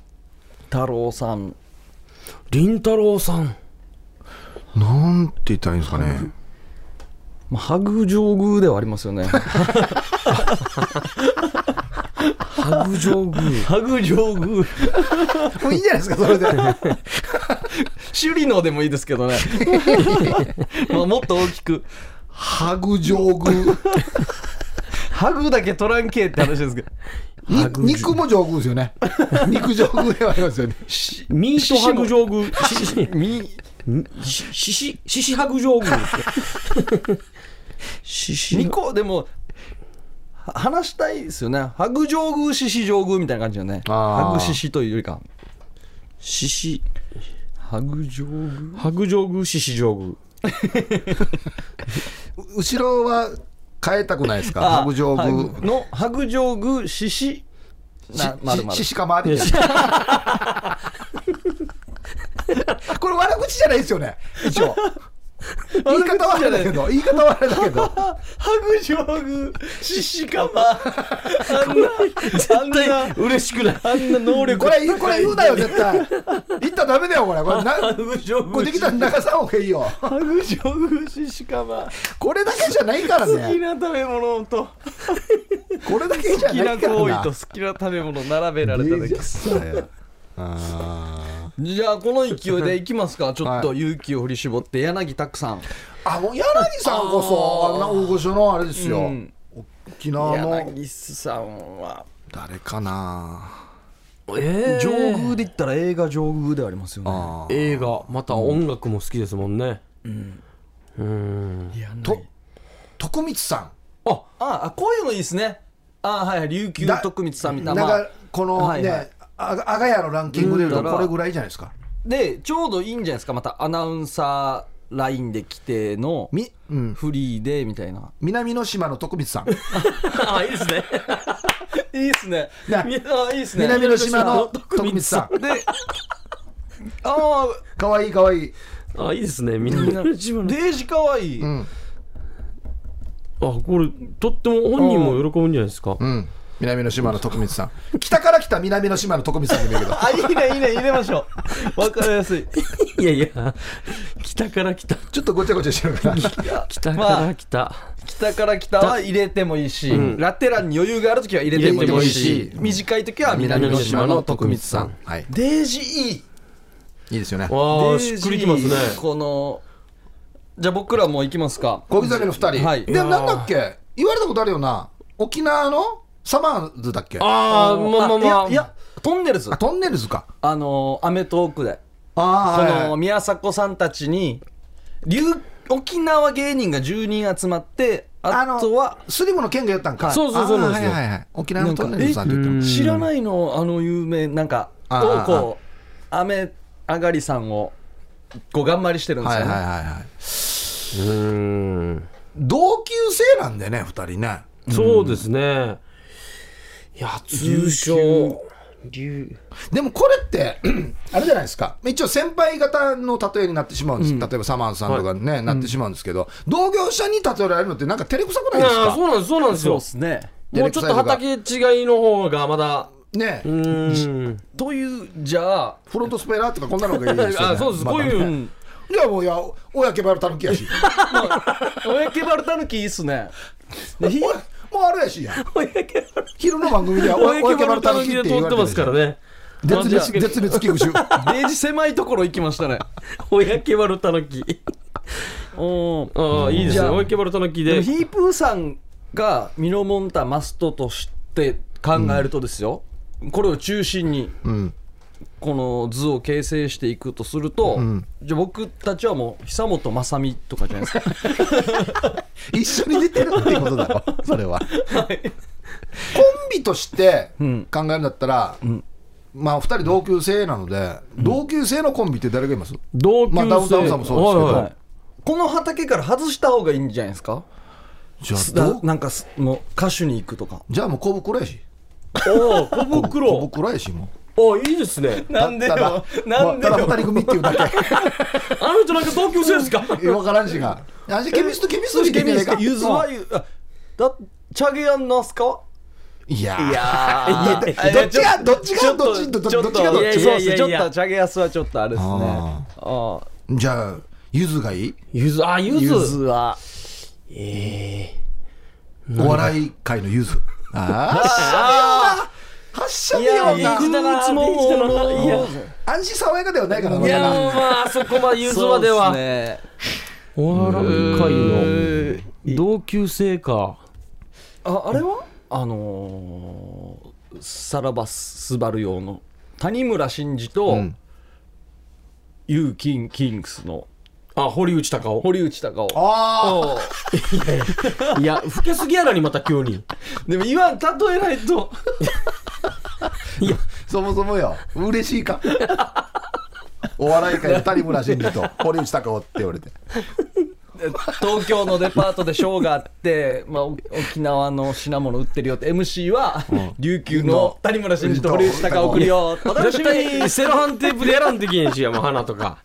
Speaker 1: 太郎さん
Speaker 2: 凛太郎さん
Speaker 3: なんて言ったらいいんですかね
Speaker 1: まあハグ上宮ではありますよね
Speaker 2: ハグ上宮
Speaker 1: ハグ上宮
Speaker 3: もういいんじゃないですかそれで
Speaker 1: 首里のでもいいですけどねまあもっと大きく
Speaker 3: ハグ上宮
Speaker 1: ハグだけ取らんけって話ですけど
Speaker 3: に肉も上宮ですよね肉上宮ではありますよね
Speaker 2: ミートハグ上宮シシ
Speaker 1: み
Speaker 2: シシシシシハグ上宮シシ
Speaker 1: 2個でもは話したいですよねハグ上宮獅子上宮みたいな感じよね
Speaker 3: あー
Speaker 1: ハグ獅子というよりか
Speaker 2: シシ
Speaker 1: ハグ上宮
Speaker 2: ハグ上宮シシ上宮
Speaker 3: 後ろは変えたくないですか
Speaker 1: あ
Speaker 3: ハグ上
Speaker 1: ハ
Speaker 3: 宮
Speaker 1: グのハグ上宮獅子なまるまる
Speaker 3: ししかまりこれ悪口じゃないですよね一応言い方はあれだけど言い方はあれだけど
Speaker 1: ハグ上宮獅子かまあんな絶対嬉しくないあんな能力
Speaker 3: これこれ言うなよ絶対言ったらダメだよこれこれなこれできたら流さん方がいいよ
Speaker 1: ハグ上宮獅子かま
Speaker 3: これだけじゃないから
Speaker 1: 好き
Speaker 3: ね
Speaker 1: な食べ物と
Speaker 3: これだけじ
Speaker 1: 好
Speaker 3: ゃ
Speaker 1: き
Speaker 3: な
Speaker 1: ない
Speaker 3: から
Speaker 1: 行為
Speaker 3: な
Speaker 1: と好きな食べ物並べられただけ じゃあこの勢いでいきますかちょっと勇気を振り絞って柳拓さん
Speaker 3: あもう柳さんこそあんな大御所のあれですよ、
Speaker 1: うん
Speaker 3: 沖縄の
Speaker 1: 柳さんは
Speaker 3: 誰かな
Speaker 2: え
Speaker 1: 上宮で言ったら映画上宮ではありますよね
Speaker 3: あ
Speaker 2: 映画また音楽も好きですもんね
Speaker 3: と徳光さ
Speaker 1: ああこういうのいいですねあはい琉球
Speaker 3: だ
Speaker 1: 徳光さんみ
Speaker 3: ん
Speaker 1: た
Speaker 3: ないん
Speaker 1: な、まあ
Speaker 3: かこのね、
Speaker 1: はいはい
Speaker 3: あがあがやのランキングで言う
Speaker 1: うん
Speaker 3: とこれぐらいじゃないですか
Speaker 1: でちょうどいいんじゃないですかまたアナウンサーラインで規定の
Speaker 3: み、うん、
Speaker 1: フリーでみたいな
Speaker 3: 南の島の徳光さん
Speaker 2: あいいですね
Speaker 1: いいっすね
Speaker 3: な
Speaker 1: みあいいっすね
Speaker 3: 南の島の徳光さん
Speaker 1: でああ
Speaker 3: かわいいかわいい、
Speaker 2: あいいですねみんな自分で
Speaker 1: デージかわいい、
Speaker 3: うん
Speaker 2: あこれとっても本人も喜ぶんじゃないですか
Speaker 3: うん、南の島の徳光さん北から来た南の島の徳光さんでもいいけど
Speaker 1: あいいねいいね入れましょうわかりやすい
Speaker 2: いやいや北から 来た
Speaker 3: ちょっとごちゃごちゃしてるから
Speaker 2: 北か
Speaker 1: まあ
Speaker 2: ら来た、
Speaker 1: 北から北は入れてもいいし、ラテランに余裕がある時は入れてもいいし
Speaker 3: 入れてもいいし
Speaker 1: 短い時は南の島の徳光さん
Speaker 3: はい
Speaker 1: デージいい
Speaker 3: いいですよね
Speaker 2: わ
Speaker 1: デ
Speaker 2: あ
Speaker 1: ージ
Speaker 2: し
Speaker 1: いい
Speaker 2: っくりきますね
Speaker 1: このじゃあ僕らも行きますか
Speaker 3: 小刻みの2人、
Speaker 1: はい
Speaker 3: でなんだっけ言われたことあるよな沖縄のサマーズだっけあ
Speaker 2: ああまあまあまあ
Speaker 1: いやいやトンネルズ
Speaker 3: トンネルズか
Speaker 1: あのアメトーークでこ
Speaker 3: あ
Speaker 1: の宮迫さんたちに琉沖縄芸人が10人集まって
Speaker 3: あ
Speaker 1: あ
Speaker 3: の
Speaker 1: とは
Speaker 3: スリムの剣がやったんか、
Speaker 1: はい
Speaker 2: そうそうそうなんですよ
Speaker 3: あーはいはいはい、沖縄のトンネルズさんって言って
Speaker 2: なん
Speaker 3: る
Speaker 2: か
Speaker 1: 知らないのあの有名なんか
Speaker 3: あ
Speaker 1: を
Speaker 3: ー
Speaker 1: こう雨上がりさんをこう頑張りしてるんです
Speaker 3: はい
Speaker 1: よ
Speaker 3: はい
Speaker 1: ね、
Speaker 3: はいはい
Speaker 2: うん
Speaker 3: 同級生なんでね2人ね
Speaker 2: そうですねいや通称
Speaker 4: 竜
Speaker 3: でもこれって、 あれじゃないですか、一応先輩方の例えになってしまうんです、例えばサマンさんとかね、なってしまうんですけど、同業者に例えられるのって、なんか照れくさくない
Speaker 2: い
Speaker 3: で
Speaker 2: や
Speaker 3: すか
Speaker 2: そうなんです、そうなんです
Speaker 1: そう
Speaker 2: よ
Speaker 1: で。すね
Speaker 2: もうちょっと畑違いの方がまだ、
Speaker 3: ね
Speaker 2: うーん。
Speaker 1: というじゃあ
Speaker 3: フロントスペラーとか、こんなのがいいですよ、ね、
Speaker 2: あそうです、
Speaker 3: ま
Speaker 2: こう
Speaker 3: だね
Speaker 2: いう、
Speaker 3: いやもういや、おやけばるたぬきやし、
Speaker 1: 親ケバルタヌキいいっすね
Speaker 3: おいもうあれやしや、昼の番 組ではお
Speaker 2: お
Speaker 3: や
Speaker 2: や
Speaker 3: おや
Speaker 2: け
Speaker 3: け
Speaker 2: ば
Speaker 3: ば
Speaker 2: る
Speaker 3: るた
Speaker 2: た
Speaker 3: ぬ
Speaker 2: ぬ
Speaker 3: き
Speaker 2: き
Speaker 3: って
Speaker 2: で
Speaker 3: 言
Speaker 2: 通
Speaker 3: わ
Speaker 2: っ
Speaker 3: れ
Speaker 2: てます
Speaker 3: てるじゃ
Speaker 2: からね。
Speaker 3: ない
Speaker 2: まあじゃ
Speaker 3: 絶
Speaker 2: あ
Speaker 3: 滅絶滅危惧種。
Speaker 1: デージ狭いところ行きましたね
Speaker 2: おやけばるたぬき。
Speaker 1: うん
Speaker 2: ああ、いいで
Speaker 1: じ
Speaker 2: す
Speaker 1: ゃ
Speaker 2: ね。
Speaker 1: あ
Speaker 2: おやけばるたぬき
Speaker 1: でも
Speaker 2: で。
Speaker 1: ヒープーさんがミノモンタマストとして考えるとですよ、これを中心に、この図を形成していくとすると、じゃあ僕たちはもう久本雅美とかじゃないですか
Speaker 3: 一緒に出てるっていうことだろ、それは。コンビとして考えるんだったら、まあ、2人同級生なので、同級生のコンビって誰がいます
Speaker 2: 同級生。
Speaker 3: まあダウンタウンさんもそうですけど
Speaker 2: はいは
Speaker 1: はいいこの畑から外した方がいいんじゃないですか
Speaker 3: じゃあ
Speaker 1: だ
Speaker 3: どう
Speaker 1: なんかすもう歌手に行くとか
Speaker 3: じゃあもう小袋やし、
Speaker 2: おお、小
Speaker 3: 小
Speaker 2: 袋。
Speaker 3: 袋やし、も
Speaker 2: おいいですね。
Speaker 3: う。ただもうただ2人組っていうだ
Speaker 2: あの人なんか同級生ですか
Speaker 3: け、分からんしが。あじゃあケミスト、ケミストしかいけないか。
Speaker 1: ゆずはゆあだチャゲやんなすか
Speaker 3: いや
Speaker 1: い
Speaker 3: ー
Speaker 1: や
Speaker 3: いやどっちがどっちがどっちどっち
Speaker 1: ちょっと
Speaker 3: どっちがどっち
Speaker 1: いやいやいやいや
Speaker 2: ち
Speaker 1: ち
Speaker 2: ょ
Speaker 1: ょ
Speaker 2: っと
Speaker 1: っとチャゲやすはちょっとあれですね
Speaker 3: あ
Speaker 1: ああ
Speaker 3: じゃあ、ゆずがいい
Speaker 2: ゆず、あ、ゆ
Speaker 1: ゆず
Speaker 2: ず。
Speaker 1: は
Speaker 3: お笑い界のゆず。ああ、発射
Speaker 2: い
Speaker 3: でよ
Speaker 2: や、い
Speaker 3: な。
Speaker 2: くつももいや、
Speaker 3: 安心爽やかではないからない
Speaker 2: や、まあ、あそこまでゆずまでは。
Speaker 1: そうっすね
Speaker 2: お笑い界の同級生か。
Speaker 1: ああれはあのーさらばすばる用の谷村新司と、
Speaker 3: ん
Speaker 1: ユーキンキングスの
Speaker 2: あ、堀内隆夫。
Speaker 1: 堀内孝雄
Speaker 3: あ
Speaker 1: おう
Speaker 2: いや、老けすぎやなに、また急に。
Speaker 1: でも言わん例えないと
Speaker 3: あ、そもそもよ、嬉しいか。お笑い界の谷村新司と堀内孝雄って言われて。
Speaker 1: 東京のデパートでショーがあって、まあ、お沖縄の品物売ってるよって MC は、琉球の谷村新司と堀内孝雄送るよお楽し
Speaker 2: 絶
Speaker 1: み
Speaker 2: 対
Speaker 1: に
Speaker 2: セロハンテープでやらんといけんしやもう花とか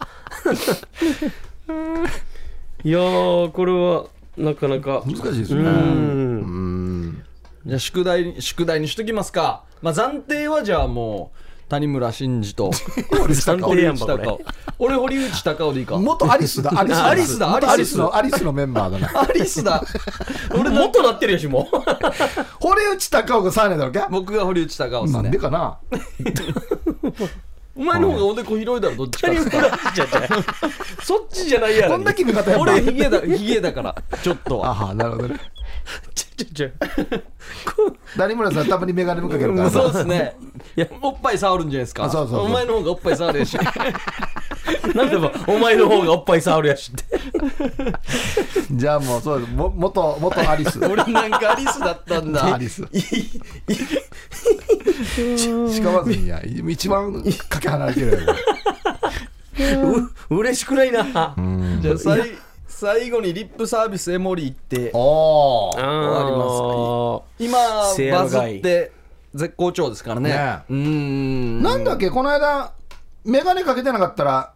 Speaker 2: いやーこれはなかなか
Speaker 3: 難しいです
Speaker 2: う
Speaker 3: ね。
Speaker 2: ん
Speaker 1: じゃあ宿題宿題にしときますか、まあ、暫定はじゃあもう谷村新司 と
Speaker 3: 堀内
Speaker 2: 暫
Speaker 3: 孝
Speaker 2: 定
Speaker 1: 堀
Speaker 2: や
Speaker 3: 雄。
Speaker 2: ん
Speaker 1: 内
Speaker 2: ば
Speaker 1: 孝雄 俺堀内孝雄でいいか
Speaker 3: 元アリスだ、アリスだ。
Speaker 1: アリスだ
Speaker 3: 元
Speaker 1: ア
Speaker 3: ア
Speaker 1: リ
Speaker 3: リ
Speaker 1: ス
Speaker 3: スの、アリスのメンバーだな。
Speaker 1: アリス だ
Speaker 2: 俺もっとなってるやしもう
Speaker 3: 堀内孝雄が3年だろけ
Speaker 1: 僕が堀内孝雄で
Speaker 3: な
Speaker 1: す
Speaker 3: んで
Speaker 1: ね
Speaker 3: かな。
Speaker 1: お前の方がおでこ広いだろどっちかっ つったら
Speaker 2: そっちじゃないやろ
Speaker 3: こんだけ味方や っ
Speaker 1: 俺
Speaker 3: ぱ。
Speaker 1: ヒゲだヒゲだからちょっと は
Speaker 3: ああ、なるほどね。
Speaker 2: ちょちょち
Speaker 3: 谷村さん、たまにメガネもかけるからな。
Speaker 1: そうですねいやおっぱい触るんじゃないですか
Speaker 3: あそうそうそう
Speaker 1: お前の方がおっぱい触 るやし
Speaker 2: ょなんでもお前の方がおっぱい触るやしって
Speaker 3: じゃあもう、そうです。も元、元アリス。
Speaker 1: 俺なんかアリスだったんだ
Speaker 3: アリス。しかまずに や、一番かけ離れて るよ。
Speaker 2: う嬉しくないな
Speaker 1: じゃあさい最後にリップサービスエモリーって
Speaker 3: おー。
Speaker 1: わり
Speaker 2: ます
Speaker 1: 今
Speaker 2: せー
Speaker 1: バ
Speaker 2: の
Speaker 1: ズ
Speaker 2: がい
Speaker 1: って絶好調ですからね
Speaker 3: ね
Speaker 1: うーん
Speaker 3: なんだっけ、この間、メガネかけてなかったら、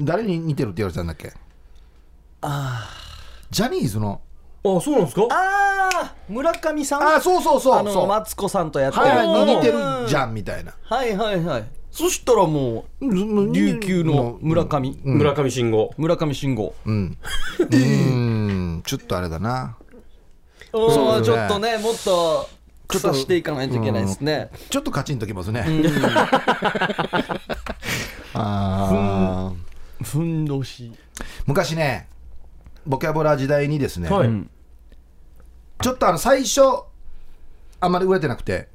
Speaker 3: 誰に似てるって言われてたんだっけあジャニーズの。
Speaker 2: あそうなんですか
Speaker 1: ああ村上さん
Speaker 3: あ、そうそう
Speaker 1: あ
Speaker 3: そう。そ
Speaker 1: の
Speaker 3: うは
Speaker 1: マツコさんとやって
Speaker 3: いはい、
Speaker 1: の
Speaker 3: 似てるじゃんみたいな。
Speaker 1: はいはいはいそしたらもう琉
Speaker 3: 琉
Speaker 1: 球の村上、
Speaker 2: 村上信五
Speaker 1: 村上信五
Speaker 3: うん。うーん、ちょっとあれだな。
Speaker 1: そうち
Speaker 3: ですね
Speaker 1: ょっとねもっと草していかないといけないですね
Speaker 3: ちょっとカチンときますね。 あー
Speaker 1: ふんどし
Speaker 3: 昔ね、ボキャブラ時代にですね、
Speaker 2: はい
Speaker 3: ちょっとあの最初、あんまり売れてなくて、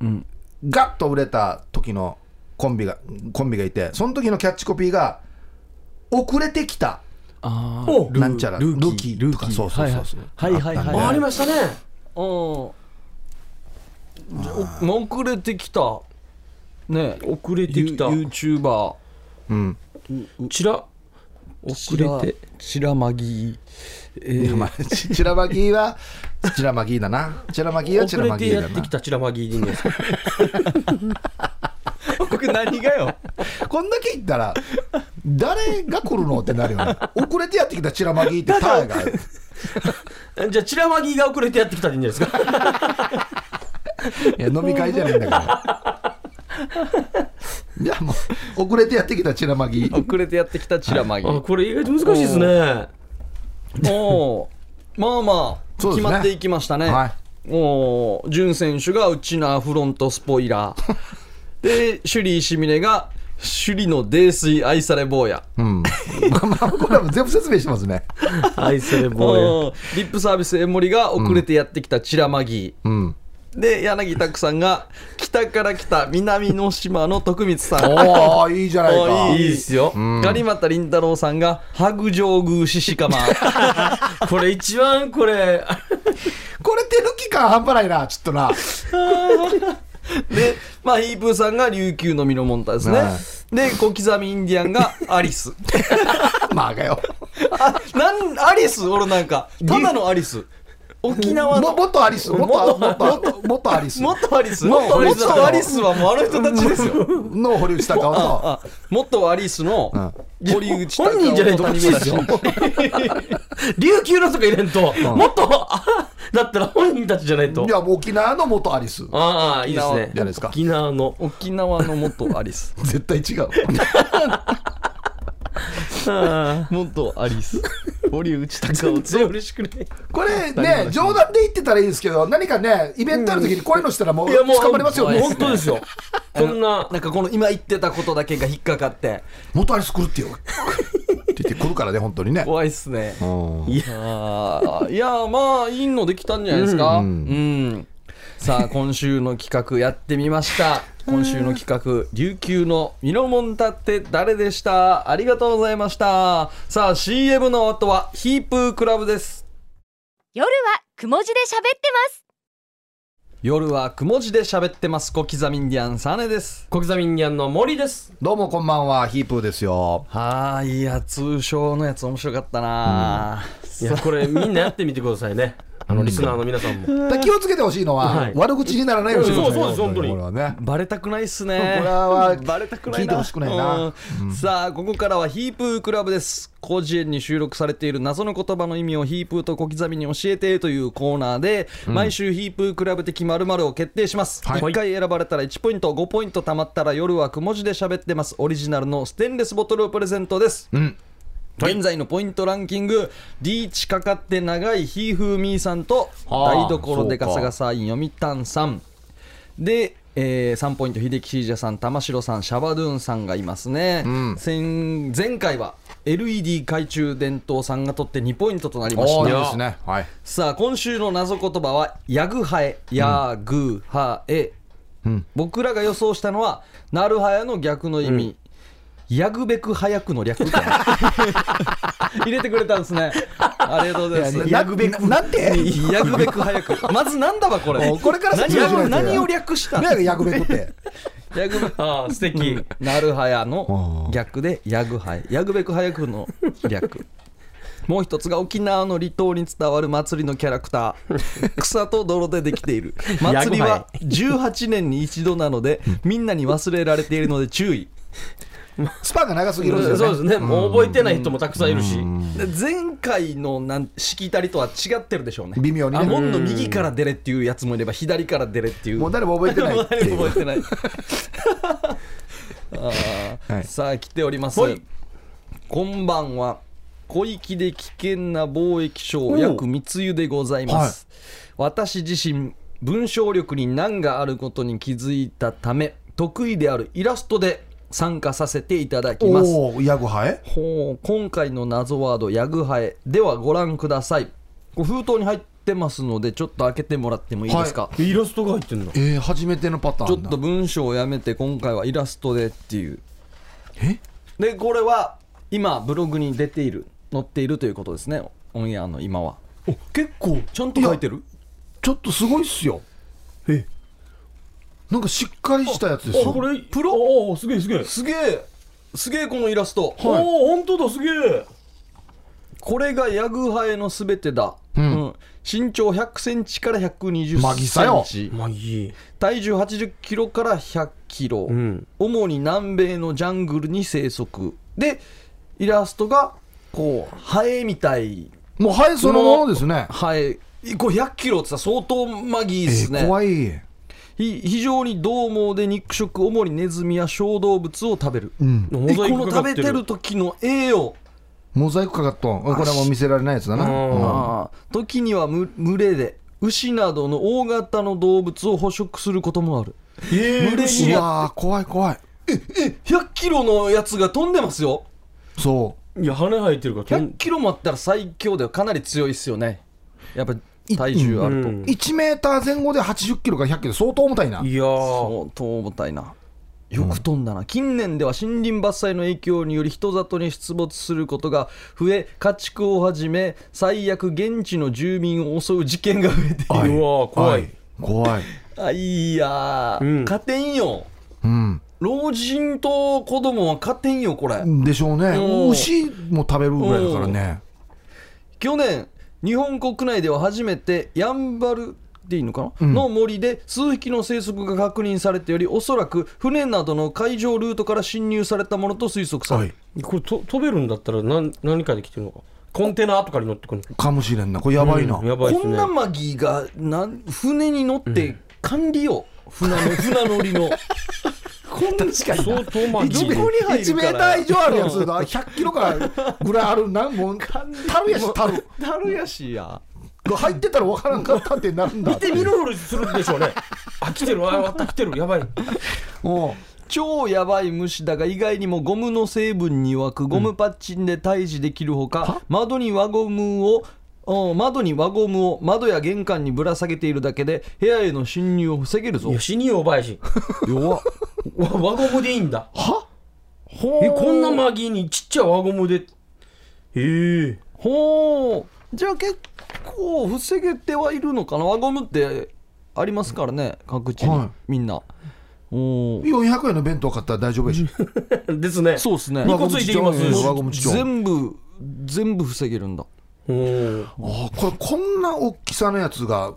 Speaker 3: ガッと売れた時のコンビがコンビがいて、その時のキャッチコピーが、遅れてきた、
Speaker 2: お
Speaker 3: なんちゃら、ル
Speaker 1: ルーキー
Speaker 3: ーキーとか、
Speaker 1: ルーキー
Speaker 3: そうそうそうそう。
Speaker 1: はいはいはいはい
Speaker 3: あったんで
Speaker 2: あありましたね
Speaker 1: うんお遅れてきたね
Speaker 2: 遅れて
Speaker 1: ユ
Speaker 2: きた
Speaker 1: YouTuber
Speaker 3: うん
Speaker 2: ちら遅れて
Speaker 1: 白まぎえ
Speaker 3: いやまあ、 ちちらまきは、ちらまきだな。ちらまきは
Speaker 2: 遅
Speaker 3: ちら
Speaker 2: れ
Speaker 3: ま
Speaker 2: て
Speaker 3: きだ
Speaker 2: や
Speaker 3: な
Speaker 2: って。きたチラマギーディンです
Speaker 1: 何がよ
Speaker 3: こんだけ言ったら、誰が来るのってなるよね。遅れてやってきたチラマギってターンが。
Speaker 2: じゃあ、チラマギが遅れてやってきたらいいんじゃないです か。
Speaker 3: いや飲み会じゃないんだから。じゃあもう、遅れてやってきたチラマギ。
Speaker 1: 遅れてやってきたチラマギ
Speaker 2: あこれ意外と難しいですね。
Speaker 1: おーまあまあ、
Speaker 3: そ
Speaker 1: 決
Speaker 3: うですね
Speaker 1: まっていきましたね、
Speaker 3: はい
Speaker 1: おージュン選手がうちのアフロントスポイラー でシュリーシミネが首里の泥酔愛され坊や
Speaker 3: うん。まあまあ、これはもう全部説明してますね。
Speaker 2: 愛する坊や。
Speaker 1: おーリップサービス江森が遅れてやってきたチラマギ
Speaker 3: うん。
Speaker 1: で柳拓さんが北から来た南の島の徳光さん
Speaker 3: おー、いいじゃないか。
Speaker 1: おー
Speaker 2: いいっすよ。
Speaker 1: ガリマタリンタロウさんが白上宮獅子釜
Speaker 2: これ一番これ、
Speaker 3: これ手抜き感半端ないな、ちょっとな。
Speaker 1: で、まあ、ヒープーさんが琉球のミノモンタですね、
Speaker 3: は
Speaker 1: で小刻みインディアンがアリス
Speaker 3: まあがよ。
Speaker 1: あなんアリス俺なんかただのアリス沖縄
Speaker 3: も
Speaker 1: の
Speaker 3: 元アリス、元、元、元アリス。
Speaker 1: 元アリス
Speaker 3: もっ
Speaker 1: 元ア
Speaker 3: と
Speaker 1: リスアリスはもうあの人たちですよ
Speaker 3: の堀内隆夫と。
Speaker 1: あ元アリスの堀内
Speaker 2: 本人じゃないとおかしいですよ。琉球の人が入れんと、もっと、あだったら本人たちじゃないと
Speaker 3: い。や、もう沖縄の元アリス。
Speaker 2: ああ、いいですね。
Speaker 3: じゃないですか
Speaker 2: 沖縄の。
Speaker 1: 沖縄の元アリ ス
Speaker 3: 絶対違う。
Speaker 1: 元アリス堀内孝
Speaker 2: 全
Speaker 1: 雄
Speaker 2: 然嬉しくない。
Speaker 3: これね、冗談で言ってたらいいですけど、何かね、イベントある時にこういうのしたらもう捕まりますよ
Speaker 2: もう
Speaker 3: ね。
Speaker 2: 本当ですよ。こんな、
Speaker 1: なんかこの今言ってたことだけが引っかかって
Speaker 3: 元アリス来るってよ。って言って来るからね、本当にね。
Speaker 1: 怖いっすね
Speaker 3: うん
Speaker 1: いやーいやーまあいいのできたんじゃないですか、うんさあ今週の企画やってみま した今週の企画琉球のミノモンタって誰でしたありがとうございましたさあ CM の後はヒープークラブです
Speaker 5: 夜はくも字で喋ってます
Speaker 1: 夜はくも字で喋ってます小刻みインディアンサネです
Speaker 2: 小刻みにゃんの森です。
Speaker 3: どうもこんばんは、ヒープーですよ。
Speaker 1: はあいや通称のやつ面白かったな、
Speaker 2: いや、これみんなやってみてくださいね。あの、リスナーの皆さんも。
Speaker 3: だから気をつけてほしいの
Speaker 2: は、
Speaker 3: はい悪口にならないようにしてくださいね。
Speaker 2: そうそうです本当に
Speaker 3: これはね。
Speaker 1: バレたくないっすね
Speaker 3: これは
Speaker 1: バレたくないな
Speaker 3: 聞いてほしくないな
Speaker 1: うんさあここからはヒープークラブです広辞苑に収録されている謎の言葉の意味をヒープーと小刻みに教えてというコーナーで、毎週ヒープークラブ的〇〇を決定します、
Speaker 3: はい
Speaker 1: 1回選ばれたら1ポイント5ポイント貯まったら夜はくも字で喋ってますオリジナルのステンレスボトルをプレゼントです、
Speaker 3: うん。
Speaker 1: 現在のポイントランキングリーチかかって長いひーふーみーさんと台所でガサガサイン読谷さんで、えー3ポイント秀樹シージャさん玉城さんシャバドゥンさんがいますね、先前回は LED 懐中電灯さんが取って2ポイントとなりまし
Speaker 3: おー、いい
Speaker 1: た
Speaker 3: ですね。はい。
Speaker 1: さあ今週の謎言葉は「ヤグハエ」「ヤグハエ」僕らが予想したのは「なるはや」の逆の意味「やぐべく早く」の略 入れてくれたんですねありがとうございます
Speaker 3: やぐべく。なんて
Speaker 1: やぐべく早くまずなんだわこれ
Speaker 3: もうこれから説
Speaker 1: 何
Speaker 3: 明しない
Speaker 1: を
Speaker 3: と
Speaker 1: 何を略した
Speaker 3: 何やねんやぐべくって。
Speaker 1: やぐべ
Speaker 2: ああ、素敵。
Speaker 1: なるはやの逆でやぐはややぐべく早くの 略もう一つが沖縄の離島に伝わる祭りのキャラクター 草と泥でできている祭りは18年に一度なのでみんなに忘れられているので注意
Speaker 3: スパンが長すぎるんですよね。
Speaker 2: そうですね。もう覚えてない人もたくさんいるし。
Speaker 1: で前回のなんしきたりとは違ってるでしょうね
Speaker 3: 微妙にね
Speaker 1: あ門の右から出れっていうやつもいれば左から出れっていう
Speaker 3: もう誰も覚えてないってい
Speaker 1: 誰も
Speaker 3: う。
Speaker 1: 覚えてないあー
Speaker 3: はい
Speaker 1: さあ来ております、
Speaker 2: はい
Speaker 1: こんばんは小粋で危険な貿易商約密輸でございます、私自身文章力に難があることに気づいたため得意であるイラストで参加させていただきます
Speaker 3: おー、ヤグハエ
Speaker 1: ほう今回の謎ワード「ヤグハエ」ではご覧くださいこう封筒に入ってますのでちょっと開けてもらってもいいですか、
Speaker 2: イラストが入ってんの。
Speaker 3: えー、初めてのパターン
Speaker 1: ちょ
Speaker 3: だ
Speaker 1: っと文章をやめて今回はイラストでっていうでこれは今ブログに出ている載っているということですねオンエアの今は
Speaker 3: 結構
Speaker 1: ちゃんと書いてる
Speaker 3: ちょっとすごいっすよ
Speaker 2: え
Speaker 3: なんかしっかりしたやつです
Speaker 2: あ、
Speaker 3: よ
Speaker 2: これ、プロおお、すげえすげえ。
Speaker 1: すげえすげえこのイラスト、
Speaker 2: おお、本当だ、すげえ。
Speaker 1: これがヤグハエのすべてだ、うん身長100センチから
Speaker 3: マギサよ
Speaker 1: 120センチ
Speaker 2: まあいい。
Speaker 1: 体重80キロから100キロ、
Speaker 2: うん。
Speaker 1: 主に南米のジャングルに生息でイラストがこうハエみたい
Speaker 3: もうハエそのものですね。
Speaker 1: ハエこれ100キロってさ相当マギーですね、
Speaker 3: えー怖い。
Speaker 1: ひ非常に獰猛で肉食主にネズミや小動物を食べる、
Speaker 3: うん。
Speaker 2: モ
Speaker 1: え
Speaker 2: ザ
Speaker 1: こ
Speaker 2: イク
Speaker 1: の
Speaker 2: か
Speaker 1: 食
Speaker 2: かっ
Speaker 1: べ
Speaker 2: て
Speaker 1: て
Speaker 2: る
Speaker 1: る。時の栄養
Speaker 3: モザイクかかっとん。これはもう見せられないやつだな。
Speaker 2: うん
Speaker 1: ああ時にはむ群れで牛などの大型の動物を捕食することもある群れに
Speaker 3: う
Speaker 1: は
Speaker 3: わー怖い怖い。
Speaker 1: 100キロのやつが飛んでますよ
Speaker 3: そう。
Speaker 2: いや、羽生えてるから、
Speaker 1: 100キロもあったら最強ではかなり強いっすよねやっぱ体重あると、
Speaker 2: うん
Speaker 3: 1メーター前後で80キロから100キロ相当重たいな。
Speaker 2: いやー、
Speaker 1: 相当重たいなよく飛んだな、近年では森林伐採の影響により人里に出没することが増え家畜をはじめ最悪現地の住民を襲う事件が増えている
Speaker 3: はいう
Speaker 2: わー怖い。
Speaker 3: 怖い。
Speaker 1: あいやー、
Speaker 2: うん
Speaker 1: 勝てんよ
Speaker 3: うん。
Speaker 1: 老人と子供は勝てんよこれ、
Speaker 3: でしょうね
Speaker 1: うん。
Speaker 3: 牛も食べるぐらいだからね。
Speaker 1: 去年日本国内では初めてやんばるでいいのかな、
Speaker 3: うん
Speaker 1: の森で数匹の生息が確認されておりおそらく船などの海上ルートから侵入されたものと推測され
Speaker 3: は
Speaker 1: る、
Speaker 3: い。
Speaker 2: これと飛べるんだったら何何かで来てるのかコンテナとかに乗ってくるの
Speaker 3: かもしれんな。これやばいな
Speaker 2: うん。やばいで
Speaker 1: こ
Speaker 2: す
Speaker 1: ん
Speaker 2: ね
Speaker 1: なマギーがなん船に乗って管理を、船の船乗りのこんな確か
Speaker 2: 相当まあ
Speaker 1: 一
Speaker 2: いい
Speaker 1: 部に入
Speaker 3: 1
Speaker 1: る
Speaker 3: メ
Speaker 1: か
Speaker 3: ータ
Speaker 1: ら
Speaker 3: ー以上あるやつ だ100キロからぐらいあるなんもん樽やし樽
Speaker 1: だるやしや
Speaker 3: 入ってたら分からんかったってなるんだ
Speaker 2: 見て見ろふりするんでしょうね あ来てるあまた来てるやばい
Speaker 3: おう
Speaker 1: 超やばい虫だが意外にもゴムの成分に弱くゴムパッチンで退治できるほか、窓に輪ゴムをお窓に輪ゴムを窓や玄関にぶら下げているだけで部屋への侵入を防げるぞ
Speaker 2: いや死によおばやし
Speaker 3: 弱 っ
Speaker 2: わ輪ゴムでいい んだ
Speaker 3: は
Speaker 2: えこんなマギーにちっちゃい輪ゴムでへえ
Speaker 1: ほうじゃあ結構防げてはいるのかな輪ゴムってありますからね各地に、
Speaker 3: はい
Speaker 1: みんなおー
Speaker 3: 400円の弁当買ったら大丈夫やし
Speaker 2: ですね
Speaker 1: そうですね
Speaker 2: 輪ゴムついています
Speaker 3: 輪ゴムちっちゃい
Speaker 1: 全部全部防げるんだ
Speaker 2: おー
Speaker 3: あこれこんな大きさのやつが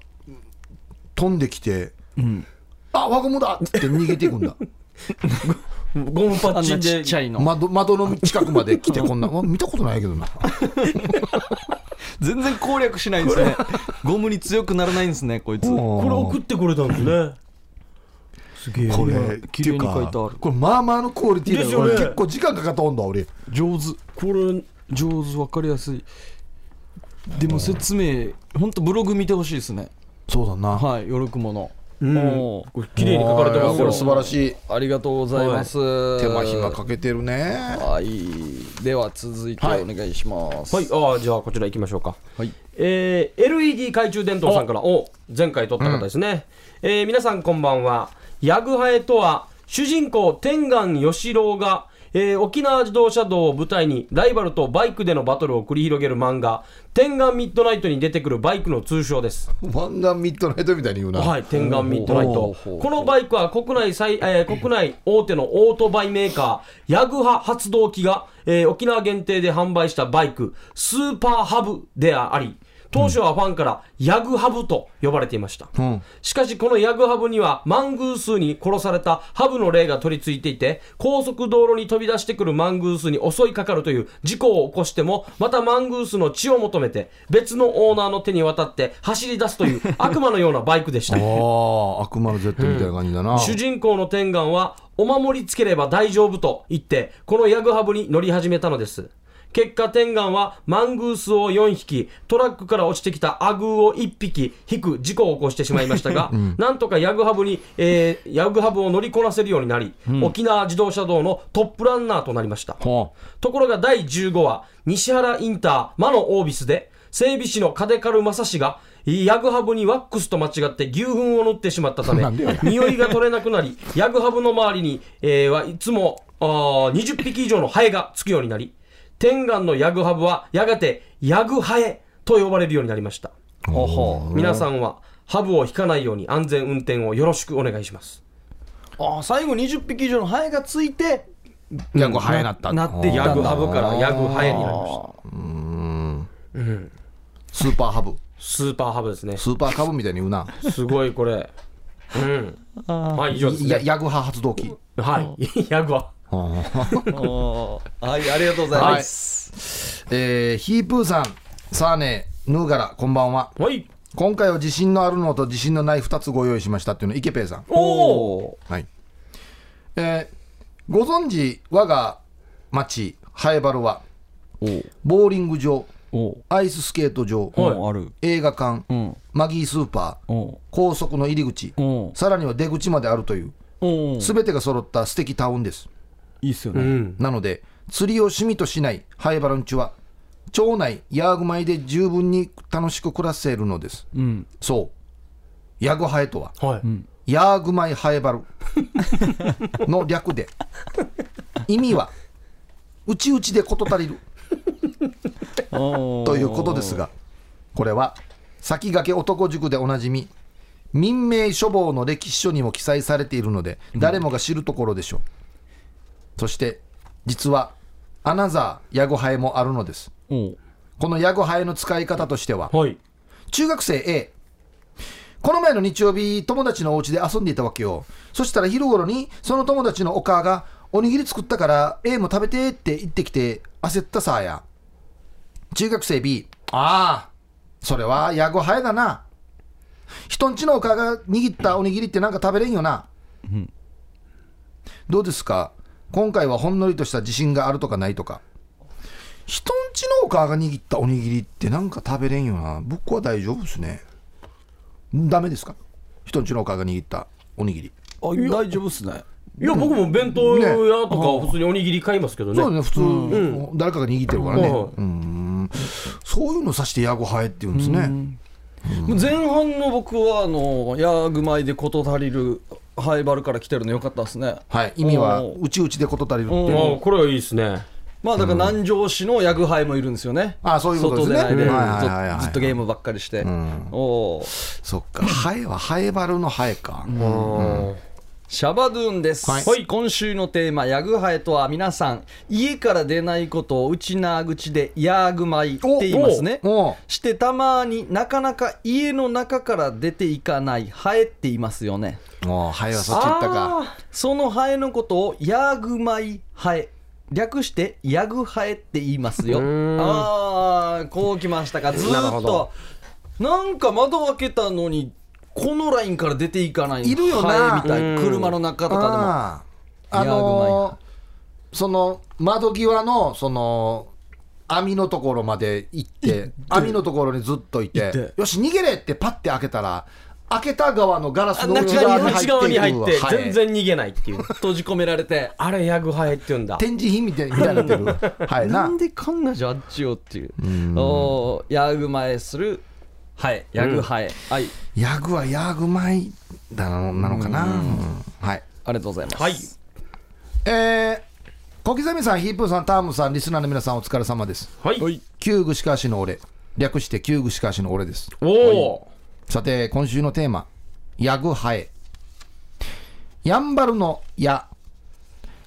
Speaker 3: 飛んできて、あ輪ゴムだっつって逃げていくん だ
Speaker 2: ゴムパ
Speaker 1: あ
Speaker 2: ッ
Speaker 1: ん
Speaker 2: チ
Speaker 1: な
Speaker 2: ン
Speaker 1: ちっ
Speaker 2: で
Speaker 1: ちゃいの
Speaker 3: 窓窓の近くまで来てこんなあ見たことないけどな
Speaker 1: 全然攻略しないんですねゴムに強くならないんですねこいつ
Speaker 3: こ
Speaker 2: これ送ってくれたんですねすげえ
Speaker 3: これ
Speaker 1: 綺麗に書いてある
Speaker 3: ってうかこれまあまあのクオリティだ
Speaker 2: です
Speaker 3: よ
Speaker 2: よね
Speaker 3: 俺結構時間かかったんだ俺
Speaker 1: 上手
Speaker 2: これ
Speaker 1: 上手分かりやすいでも説明ほんとブログ見てほしいですね
Speaker 3: そうだな、
Speaker 1: はいよろくもの
Speaker 2: うん
Speaker 1: おー
Speaker 2: これ綺麗に書かれてます
Speaker 3: これ
Speaker 2: よ
Speaker 3: 素晴らしい
Speaker 1: ありがとうございます、
Speaker 3: 手間暇かけてるね
Speaker 1: はいでは続いてお願いします
Speaker 2: はい、ああじゃあこちら行きましょうか、
Speaker 1: はい
Speaker 2: えー LED 懐中電灯さんからお前回撮った方ですね、えー皆さんこんばんはヤグハエとは主人公天眼義郎が、えー沖縄自動車道を舞台にライバルとバイクでのバトルを繰り広げる漫画「天眼ミッドナイト」に出てくるバイクの通称です
Speaker 3: 漫画ミッドナイトみたいに言うな、
Speaker 2: はい、天眼ミッドナイ
Speaker 1: ほう
Speaker 2: ト
Speaker 1: ほうほう
Speaker 2: このバイクは国内最、えー国内大手のオートバイメーカーヤグハ発動機が、えー沖縄限定で販売したバイクスーパーハブであり当初はファンからヤグハブと呼ばれていました、
Speaker 3: うん、
Speaker 2: しかしこのヤグハブにはマングースに殺されたハブの霊が取り付いていて高速道路に飛び出してくるマングースに襲いかかるという事故を起こしてもまたマングースの血を求めて別のオーナーの手に渡って走り出すという悪魔のようなバイクでした
Speaker 3: ああ悪魔の Z みたいな感じだな、
Speaker 2: 主人公の天眼はお守りつければ大丈夫と言ってこのヤグハブに乗り始めたのです結果天眼はマングースを4匹トラックから落ちてきたアグーを1匹引く事故を起こしてしまいました が、なんとかヤグハブに、えーヤグハブを乗りこなせるようになり、沖縄自動車道のトップランナーとなりました
Speaker 3: は
Speaker 2: ところが第15話、西原インター、魔のオービスで、整備士の金軽正史が、ヤグハブにワックスと間違って牛糞を塗ってしまったため
Speaker 3: なんでよ、
Speaker 2: 匂いが取れなくなり、ヤグハブの周りに、えーはいつもあー20匹以上のハエがつくようになり、天眼のヤグハブはやがてヤグハエと呼ばれるようになりました。
Speaker 1: ほうほう
Speaker 2: 皆さんは、ハブを引かないように安全運転をよろしくお願いします。
Speaker 1: あー最後20匹以上のハエがついて
Speaker 3: あヤグハエなった
Speaker 1: なってき
Speaker 2: ヤ
Speaker 1: たん
Speaker 2: グ
Speaker 1: だ
Speaker 2: ハブからヤグハエになりました。
Speaker 3: スーパーハブ
Speaker 2: スーパーハブですね
Speaker 3: スーパーカブみたいに言うな。
Speaker 2: すごいこれうんはい以上です
Speaker 3: いや、
Speaker 2: ね
Speaker 3: ヤグハ発動機。
Speaker 2: はい ヤグは
Speaker 1: おーはい、ありがとうございます。
Speaker 3: えー、ヒープーさん、サーネー、ヌーガラ、こんばんは。
Speaker 2: はい
Speaker 3: 今回は自信のあるのと自信のない2つご用意しましたっていうの、イケペイさん。
Speaker 2: おお
Speaker 3: はい。えーご存知、我が町、ハエバルは、ボーリング場、
Speaker 1: お
Speaker 3: アイススケート場、
Speaker 2: はい
Speaker 1: おある。
Speaker 3: 映画館、
Speaker 1: ん
Speaker 3: マギースーパー、
Speaker 1: お
Speaker 3: 高速の入り口、
Speaker 1: お
Speaker 3: さらには出口まであるという、
Speaker 1: お
Speaker 3: すべてが揃った素敵タウンです。
Speaker 1: いいっすよ
Speaker 2: う
Speaker 1: ね。
Speaker 2: ん
Speaker 3: なので、釣りを趣味としないハエバランチは、町内、ヤーグ米で十分に楽しく暮らせるのです。
Speaker 1: うん。
Speaker 3: そう、ヤグハエとは、
Speaker 2: はい
Speaker 3: ヤーグマイハ エバルの略で、意味は、うちうちで事足りると
Speaker 1: と
Speaker 3: いうことですが、これは、先駆け男塾でおなじみ、民命書房の歴史書にも記載されているので、誰もが知るところでしょう。そして、実は、アナザーヤゴハエもあるのです。
Speaker 1: お
Speaker 3: このヤゴハエの使い方としては、
Speaker 2: はい
Speaker 3: 中学生 A この前の日曜日友達のお家で遊んでいたわけよそしたら昼頃にその友達のお母が「おにぎり作ったから A も食べて」って言ってきて焦ったさあや中学生 B ああそれはヤゴハエだな人んちのお母が握ったおにぎりってなんか食べれんよな、どうですか今回はほんのりとした自信があるとかないとか人んちのお母が握ったおにぎりってなんか食べれんよな僕は大丈夫ですねダメですか人んちのお母が握ったおにぎり、
Speaker 1: あ大丈夫っすね。
Speaker 2: いや僕も弁当屋とか普通におにぎり買いますけどね
Speaker 3: そうね普通、誰かが握ってるからね、
Speaker 2: は
Speaker 3: うーんそういうのさしてヤゴハエって言うんですね、
Speaker 1: 前半の僕はあのヤーグマイで事足りるハイバルから来てるのよかったですね。
Speaker 3: はい意味は
Speaker 1: おー
Speaker 3: うちうちで事足りるって
Speaker 1: う
Speaker 3: い
Speaker 1: ん
Speaker 3: う
Speaker 2: ああこれはいいですね
Speaker 1: まあだから南城市のヤグハイもいるんですよね。
Speaker 3: あそういうことですね
Speaker 1: 外出ない
Speaker 3: うん
Speaker 1: でず
Speaker 3: はいはいはいはい
Speaker 1: ずっとゲームばっかりして。おお。
Speaker 3: そっかハエはハエバルのハエか、
Speaker 2: は
Speaker 1: シャバドゥーンです、
Speaker 3: はい
Speaker 2: はい
Speaker 1: 今週のテーマ「ヤグハエ」とは皆さん家から出ないことをうちなー口で「ヤーグマイ」って言いますね
Speaker 3: おう
Speaker 1: してたまになかなか家の中から出ていかないハエって言いますよね
Speaker 3: もうハエはそっち行ったか
Speaker 1: そのハエのことをヤーグマイハエ略してヤグハエって言いますよ
Speaker 2: ーん
Speaker 1: ああこうきましたかず
Speaker 2: なる
Speaker 1: ー
Speaker 2: ほ
Speaker 1: っ
Speaker 2: ど
Speaker 1: となんか窓開けたのにこのラインから出ていかない
Speaker 3: いるよな
Speaker 1: ハエみたい車の中とかでも
Speaker 3: あー
Speaker 1: ヤ
Speaker 3: あ
Speaker 1: ーグマイ
Speaker 3: のーその窓際のその網のところまで行って網のところにずっといて
Speaker 1: 行って
Speaker 3: よし逃げれってパッて開けたら開けた側のガラスの内
Speaker 2: 中
Speaker 3: 側
Speaker 2: に
Speaker 3: に
Speaker 2: 内側に入
Speaker 3: 入
Speaker 2: っ
Speaker 3: っててくる
Speaker 2: 全然逃げないっていう
Speaker 1: 閉じ込められて
Speaker 2: あれヤグハエって言うんだ
Speaker 3: 展示品みたいになってるはい
Speaker 1: な
Speaker 3: なん
Speaker 1: でこんなじゃあっちよっていうおーヤグマエするハエヤグハエ、はい
Speaker 3: ヤグはヤグマイだななのかなうんはい
Speaker 1: ありがとうございます、
Speaker 2: はい
Speaker 3: えー小刻みさんヒープーさんタームさんリスナーの皆さんお疲れ様です
Speaker 2: はい
Speaker 3: 旧具しかしの俺略して旧具しかしの俺です
Speaker 2: おお
Speaker 3: さて、今週のテーマ、ヤグハエ。ヤンバルのヤ、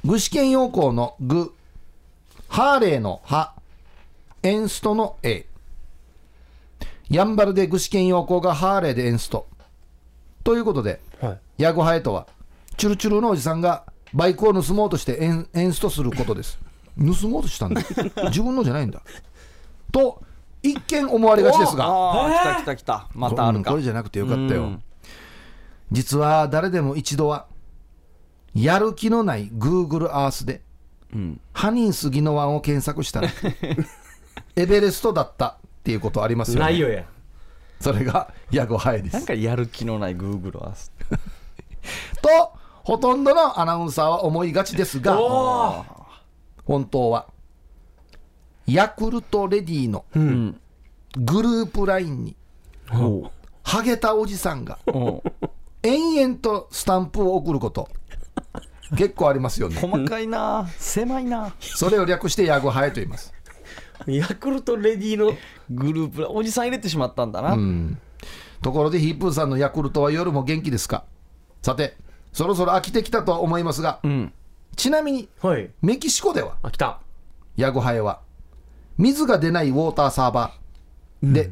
Speaker 3: 具志堅用高の具、ハーレーのハ、エンストのエ。ヤンバルで具志堅用高がハーレーでエンスト。ということで、
Speaker 2: はい
Speaker 3: ヤグハエとは、チュルチュルのおじさんがバイクを盗もうとしてエンエンストすることです。盗もうとしたんだ。自分のじゃないんだ。と、一見思われがちですが。
Speaker 1: あー来た来た来たまたあるか
Speaker 3: これじゃなくてよかったよ、
Speaker 1: うん
Speaker 3: 実は誰でも一度はやる気のない Google Earth で、ハニー杉の湾を検索し たらエベレストだったっていうことありますよね
Speaker 2: ないよや
Speaker 3: それがヤゴハエで
Speaker 1: なん
Speaker 3: す
Speaker 1: かやる気のない Google は
Speaker 3: とほとんどのアナウンサーは思いがちですが
Speaker 2: お
Speaker 3: 本当はヤクルトレディの
Speaker 1: うん
Speaker 3: グループラインに
Speaker 1: お
Speaker 3: ハゲたおじさんが
Speaker 1: お
Speaker 3: 延々とスタンプを送ること結構ありますよね
Speaker 1: 細かいな狭いな
Speaker 3: それを略してヤゴハエと言います。
Speaker 2: ヤクルトレディの
Speaker 1: グループおじさん入れてしまったんだな、
Speaker 3: うんところでヒープーさんのヤクルトは夜も元気ですかさて、そろそろ飽きてきたとは思いますが、
Speaker 1: ん
Speaker 3: ちなみに
Speaker 2: はい
Speaker 3: メキシコでは
Speaker 2: あ来た
Speaker 3: ヤゴハエは水が出ないウォーターサーバーで、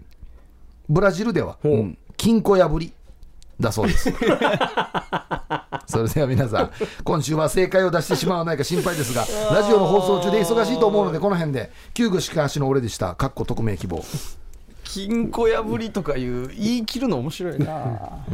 Speaker 3: ブラジルでは
Speaker 2: ほう
Speaker 3: 金庫破りだそうですそれでは皆さん今週は正解を出してしまわないか心配ですがラジオの放送中で忙しいと思うのでこの辺で救護しかしの俺でしたかっこ匿名希望
Speaker 1: 金庫破りとかいう言い切るの面白いな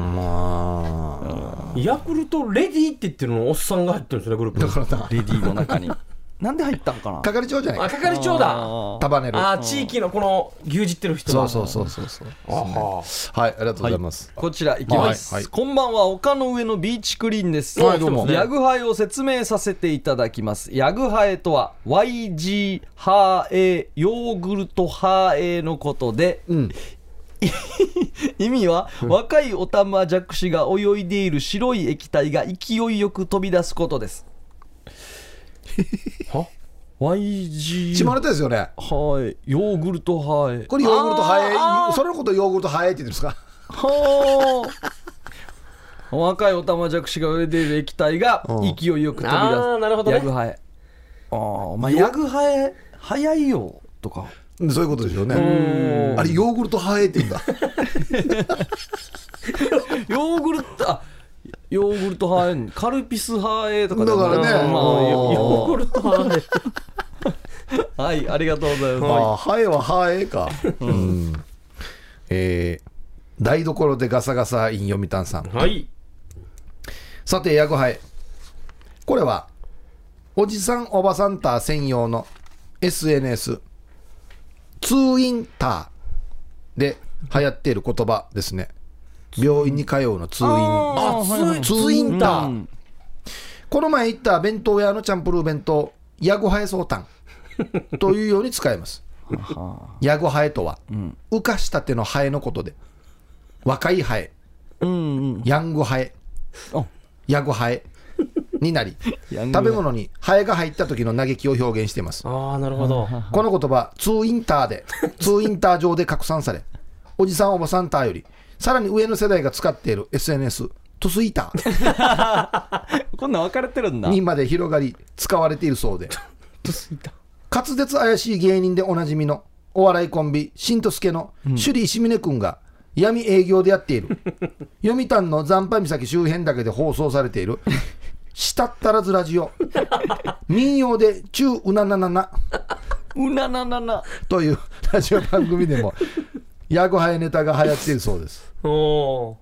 Speaker 2: ヤクルトレディって言ってるのおっさんが入ってるんですねグループ
Speaker 3: だからな
Speaker 1: レディーの中になんで入ったんかな
Speaker 3: 係長じゃない
Speaker 2: あ
Speaker 3: か
Speaker 2: 係長だ
Speaker 1: あー
Speaker 3: 束ねる
Speaker 2: あー地域のこの牛耳ってる人
Speaker 3: そ
Speaker 2: だ
Speaker 3: うそうそうそうそうはいありがとうございます、
Speaker 1: こちらいきます、
Speaker 3: はいはい
Speaker 1: こんばんは丘の上のビーチクリーンです、
Speaker 3: はいどうも
Speaker 1: ヤグハエを説明させていただきますヤグハエとは YG ハエヨーグルトハエのことで、 意味は若いオタマジャクシが泳いでいる白い液体が勢いよく飛び出すこと ですは YG
Speaker 3: 血まれたですよね
Speaker 1: ハエヨーグルトハエ
Speaker 3: これヨーグルトハ
Speaker 1: あ
Speaker 3: エ
Speaker 1: ー
Speaker 3: それのことヨーグルトハエって言ってるんですか
Speaker 1: はあ若いおたまじゃくしが売れている液体が
Speaker 3: うん
Speaker 1: 勢いよく飛び出す、
Speaker 2: あーなるほどね
Speaker 1: ヤグハエああまあヤグハエ早いよとか
Speaker 3: うんそういうことでしょうねあれヨーグルトハエって言うんだ
Speaker 1: ヨーグルトあヨーグルトハエカルピスハエとかでも
Speaker 3: だからね
Speaker 1: まあ
Speaker 3: うん
Speaker 1: よ
Speaker 2: ヨーグルトはね
Speaker 1: はいありがとうございます
Speaker 3: ああハエはハエかうんえー台所でガサガサイン読谷さん
Speaker 2: はい
Speaker 3: さて、ヤグハエ。これは、おじさん、おばさんター専用の SNS、通院ターで流行っている言葉ですね。病院に通うの通院。
Speaker 2: あ
Speaker 3: い
Speaker 2: つい
Speaker 3: 通院タ
Speaker 1: う
Speaker 3: ー
Speaker 1: ん。
Speaker 3: この前行った弁当屋のチャンプルー弁当、ヤグハエソータンというように使います。ヤグハエとは、浮かしたてのハエのことで、若いハエ、
Speaker 1: うんうん
Speaker 3: ヤングハエ
Speaker 1: あ、
Speaker 3: ヤグハエになり、
Speaker 1: ヤングハ
Speaker 3: 食
Speaker 1: エ
Speaker 3: べ物にハエが入った時の嘆きを表現しています。
Speaker 2: ああなるほど
Speaker 3: この言葉、ツーインターで、ツーインター上で拡散され、おじさんおばさんターより、さらに上の世代が使っている SNS、トゥスイター
Speaker 1: こんなん分かれてるんだ
Speaker 3: にまで広がり、使われているそうで、滑舌怪しい芸人でおなじみのお笑いコンビ、しんとすけの首里石峰君が闇営業でやっている、読谷の残波岬周辺だけで放送されている、したったらずラジオ、民謡で中うなななな
Speaker 1: うなななな
Speaker 3: というラジオ番組でも、ヤグハエネタが流行っているそうです。
Speaker 2: おお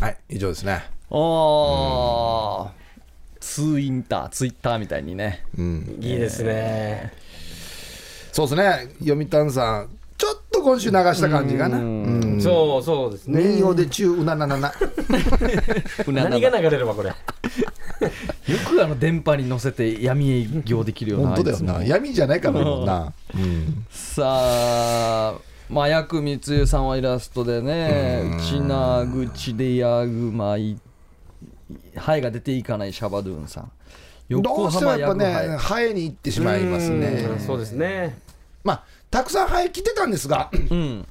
Speaker 3: はい、以上ですね。
Speaker 1: ああツインターツイッターみたいにね
Speaker 3: うん、
Speaker 2: ーいいですね
Speaker 3: そうですね、読谷さん、ちょっと今週流した感じかな。うん
Speaker 2: そうそうですね
Speaker 3: 民謡で中うなななな。
Speaker 1: うななな
Speaker 2: 何が流れればこれ
Speaker 1: よくあの電波に乗せて闇営業できるような
Speaker 3: 本当だよ
Speaker 1: あ
Speaker 3: な。
Speaker 1: いつも
Speaker 3: 闇じゃないからね、もうな。うん
Speaker 1: さあ麻薬密輸さんはイラストでねうちなぐちでやぐまいハエが出ていかないシャバドゥーンさん
Speaker 3: ど
Speaker 1: 横
Speaker 3: うしても
Speaker 1: 浜
Speaker 3: や
Speaker 1: ヤ
Speaker 3: っぱ
Speaker 1: グハ
Speaker 3: ね、
Speaker 1: エ
Speaker 3: ハエに行ってしまいますね
Speaker 2: う。んそうですね
Speaker 3: まあ、たくさんハエ来てたんですが、
Speaker 1: うん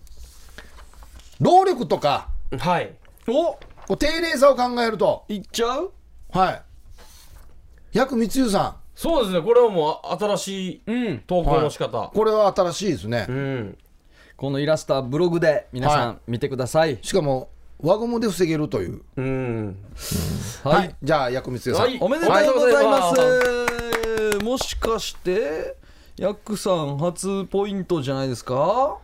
Speaker 3: 労力とか、
Speaker 2: はい
Speaker 1: お
Speaker 3: こう丁寧さを考えると、
Speaker 1: いっちゃう
Speaker 3: はい。薬密輸さ
Speaker 2: そうですねこれはもう新しい
Speaker 1: うん
Speaker 2: 投稿の仕方、
Speaker 3: ん、これは新しいですね
Speaker 2: う。ん
Speaker 1: このイラストはブログで皆さ
Speaker 3: は
Speaker 1: ん見てください
Speaker 3: しかも、輪ゴムで防げるという。
Speaker 2: うん
Speaker 1: はい、
Speaker 3: はい、じゃあ、薬密輸さん。
Speaker 2: はい
Speaker 1: おめでとうございますもしかしてヤックさん初ポイントじゃないですかは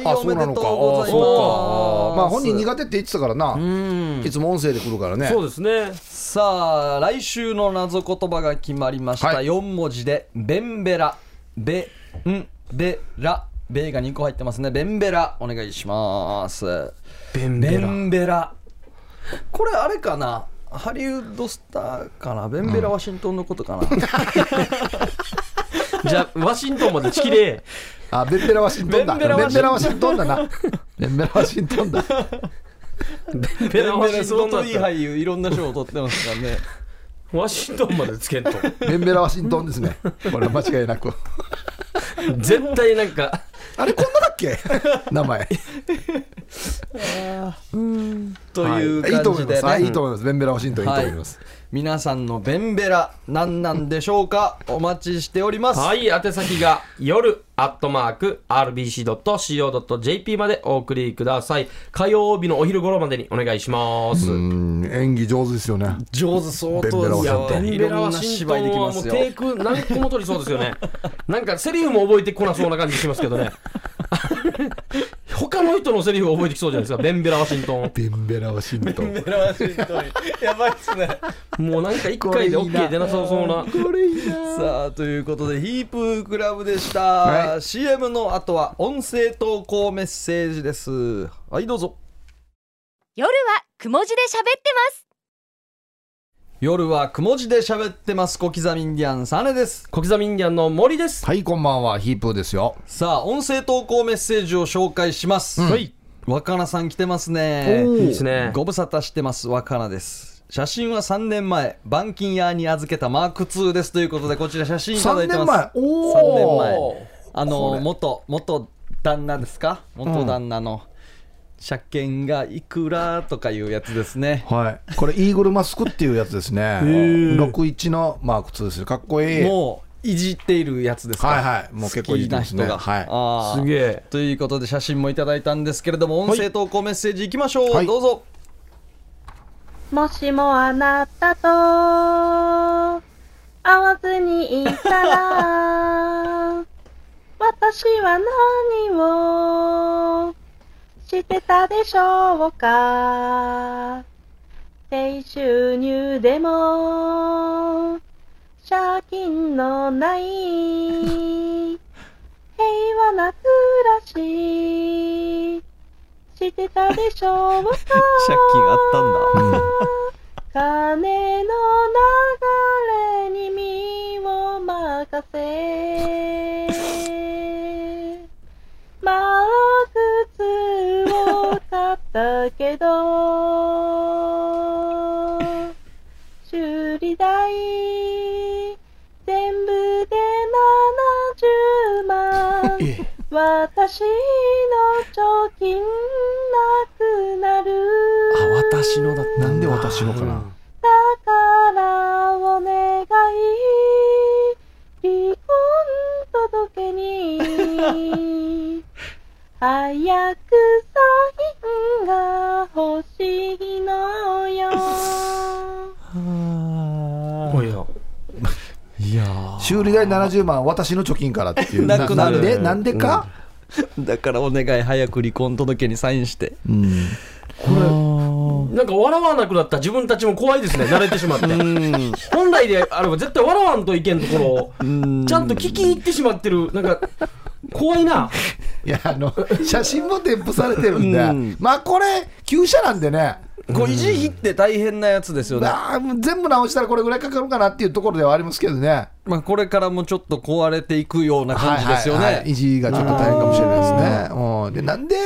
Speaker 1: い
Speaker 3: あ
Speaker 1: おめでとうございます
Speaker 3: そうなのかあそうかまあ本人苦手って言ってたからな、
Speaker 1: うん
Speaker 3: いつも音声で来るからね
Speaker 2: そうですね
Speaker 1: さあ来週の謎言葉が決まりました、
Speaker 3: はい
Speaker 1: 4文字で「ベンベラ」「ベンベラ」「ベ」が2個入ってますね「ベンベラ」お願いします
Speaker 2: ベン
Speaker 1: ベンベラこれあれかなハリウッドスターかなベンベラ・ワシントンのことか な、
Speaker 2: じゃあワシントンまでちき れ
Speaker 3: あベンベラワシントンだ
Speaker 1: ベ
Speaker 3: ベ
Speaker 1: ンベラワシントン
Speaker 3: ンベラワシントンだなベンベラワシントンだ
Speaker 2: い
Speaker 1: ベンベラ相当いい俳優いろんな賞を取ってますからね
Speaker 2: ワシントンまでつけんと
Speaker 3: ベンベラワシントンですねこれは間違いなく
Speaker 2: 絶対なんか
Speaker 3: あれこんなだっけ名前
Speaker 1: という感
Speaker 3: と思
Speaker 1: じ
Speaker 3: いま、
Speaker 1: です
Speaker 3: はい、いい
Speaker 1: ね
Speaker 3: と思いますベンベラワシントンいいと思います、
Speaker 1: 皆さんのベンベラ何なんでしょうかお待ちしております、
Speaker 2: はい、宛先が夜アットマーク RBC.CO.JP までお送りください。火曜日のお昼頃までにお願いします。
Speaker 3: うん演技上手ですよね
Speaker 1: 上手相当
Speaker 3: ベ
Speaker 1: で
Speaker 3: ンベ
Speaker 1: す
Speaker 3: ラ
Speaker 1: よ
Speaker 3: は
Speaker 2: ベンベラ
Speaker 1: いろ
Speaker 2: は
Speaker 1: んな
Speaker 2: シン
Speaker 1: 芝居でき
Speaker 2: は
Speaker 1: ま
Speaker 2: もう
Speaker 1: す
Speaker 2: テ
Speaker 1: よ
Speaker 2: イク何個も取りそうですよね。なんかセリフも覚えてこなそうな感じしますけどね。 他の人のセリフを覚えてきそうじゃないですか。ベンベラワシントン。
Speaker 3: ベンベラワシントン
Speaker 1: ベラはしんどいやばいっすね
Speaker 2: もうなんか一回で OK 出なさそうな。
Speaker 1: さあということでヒープークラブでした、
Speaker 3: は
Speaker 1: CM の後は音声投稿メッセージですはいどうぞ
Speaker 5: 夜はくも字で喋ってます
Speaker 1: 夜はくも字で喋ってます小刻みインディアンサネです
Speaker 2: 小刻みインディアンの森です。
Speaker 3: はいこんばんはヒープーですよ
Speaker 1: さあ音声投稿メッセージを紹介します、
Speaker 2: はい。
Speaker 1: 若菜さん来てます
Speaker 2: いい
Speaker 1: ね
Speaker 2: ですね。
Speaker 1: ご無沙汰してます若菜です写真は3年前板金屋に預けたマーク2ですということでこちら写真いただ
Speaker 3: 3
Speaker 1: いてま
Speaker 3: 年
Speaker 1: す
Speaker 3: 前お
Speaker 1: 3年
Speaker 3: お
Speaker 1: 前あの元元旦那ですか元旦那の車検がいくらとかいうやつですね
Speaker 3: はい、これイーグルマスクっていうやつですね61のマーク2ですよかっこいい
Speaker 1: もういじっているやつですか
Speaker 3: はいはいもう結構いじってますね
Speaker 1: 好きな人が、
Speaker 3: はい
Speaker 1: あー
Speaker 2: すげえ。
Speaker 1: ということで写真もいただいたんですけれども音声投稿メッセージいきましょう、
Speaker 3: はい
Speaker 1: どうぞ
Speaker 6: もしもあなたと会わずにいた ら、私は何をしてたでしょうか低収入でも、借金 のない平和な暮らししてたでしょうか
Speaker 1: 借金あったんだ
Speaker 6: 金の流れに身を任せマーク2を買ったけど修理代全部で70万私の貯金なくなる
Speaker 1: 私のだった
Speaker 3: なんで私のかな
Speaker 6: だからお願い離婚届に早くサインが欲しいのよ
Speaker 2: おいよ。
Speaker 1: いやー
Speaker 3: 修理代70万私の貯金からっていう
Speaker 1: なくなる
Speaker 3: んでなんでか、
Speaker 1: だからお願い早く離婚届にサインして
Speaker 3: うん
Speaker 2: なんか笑わなくなった自分たちも怖い ですね。慣れてしまって。本来であれば絶対笑わんといけんところを。ちゃんと聞き入ってしまってる。なんか、怖い な。
Speaker 3: いやあの写真も添付されてるんで、まあこれ旧車なんでね
Speaker 1: こういじりって大変なやつですよね、
Speaker 3: まあ全部直したらこれぐらいかかるかなっていうところではありますけどね
Speaker 1: まあ、これからもちょっと壊れていくような感じですよね、
Speaker 3: はいはいはい、維持がちょっと大変かもしれないですね、うん、でなんで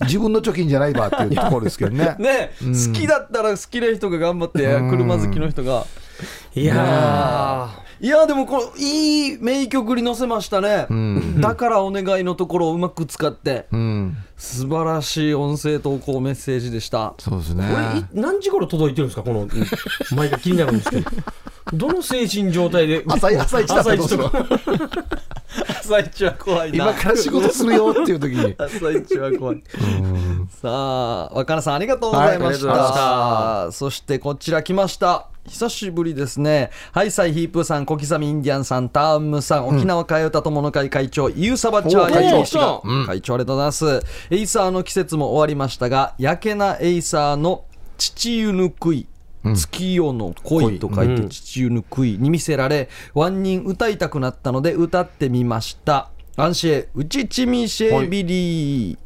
Speaker 3: 自分の貯金じゃないばっていうところですけどね
Speaker 1: ね、好きだったら好きな人が頑張って車好きの人が、
Speaker 2: いや
Speaker 1: いやでもこのいい名曲に乗せましたね、だからお願いのところをうまく使って、
Speaker 3: うん
Speaker 1: 素晴らしい音声投稿メッセージでした
Speaker 3: そうです
Speaker 2: ー、これい
Speaker 3: ね
Speaker 2: 何時頃届いてるんですかこの、毎回気になるんですけど。どの精神状態で。
Speaker 3: 朝朝一だったらどうする
Speaker 2: 朝一とか
Speaker 1: 朝一は怖いな
Speaker 3: 今から仕事するよっていう時に
Speaker 1: 朝一は怖いさあ若菜さんありがとうございました,、
Speaker 2: はいありがとうござ
Speaker 1: そしてこちら来ました久しぶりですねハイサイヒープーさん小刻みインディアンさんターンムさん沖縄替え歌友の会会長、ゆうさばちゃ
Speaker 2: お
Speaker 1: ー会長
Speaker 2: 会長
Speaker 1: 会長ありがとうございますエイサーの季節も終わりましたがやけなエイサーの父湯ぬくい月夜の恋と書いて父湯ぬくいに見せられワン人歌いたくなったので歌ってみましたアンシェウチチミシェビリー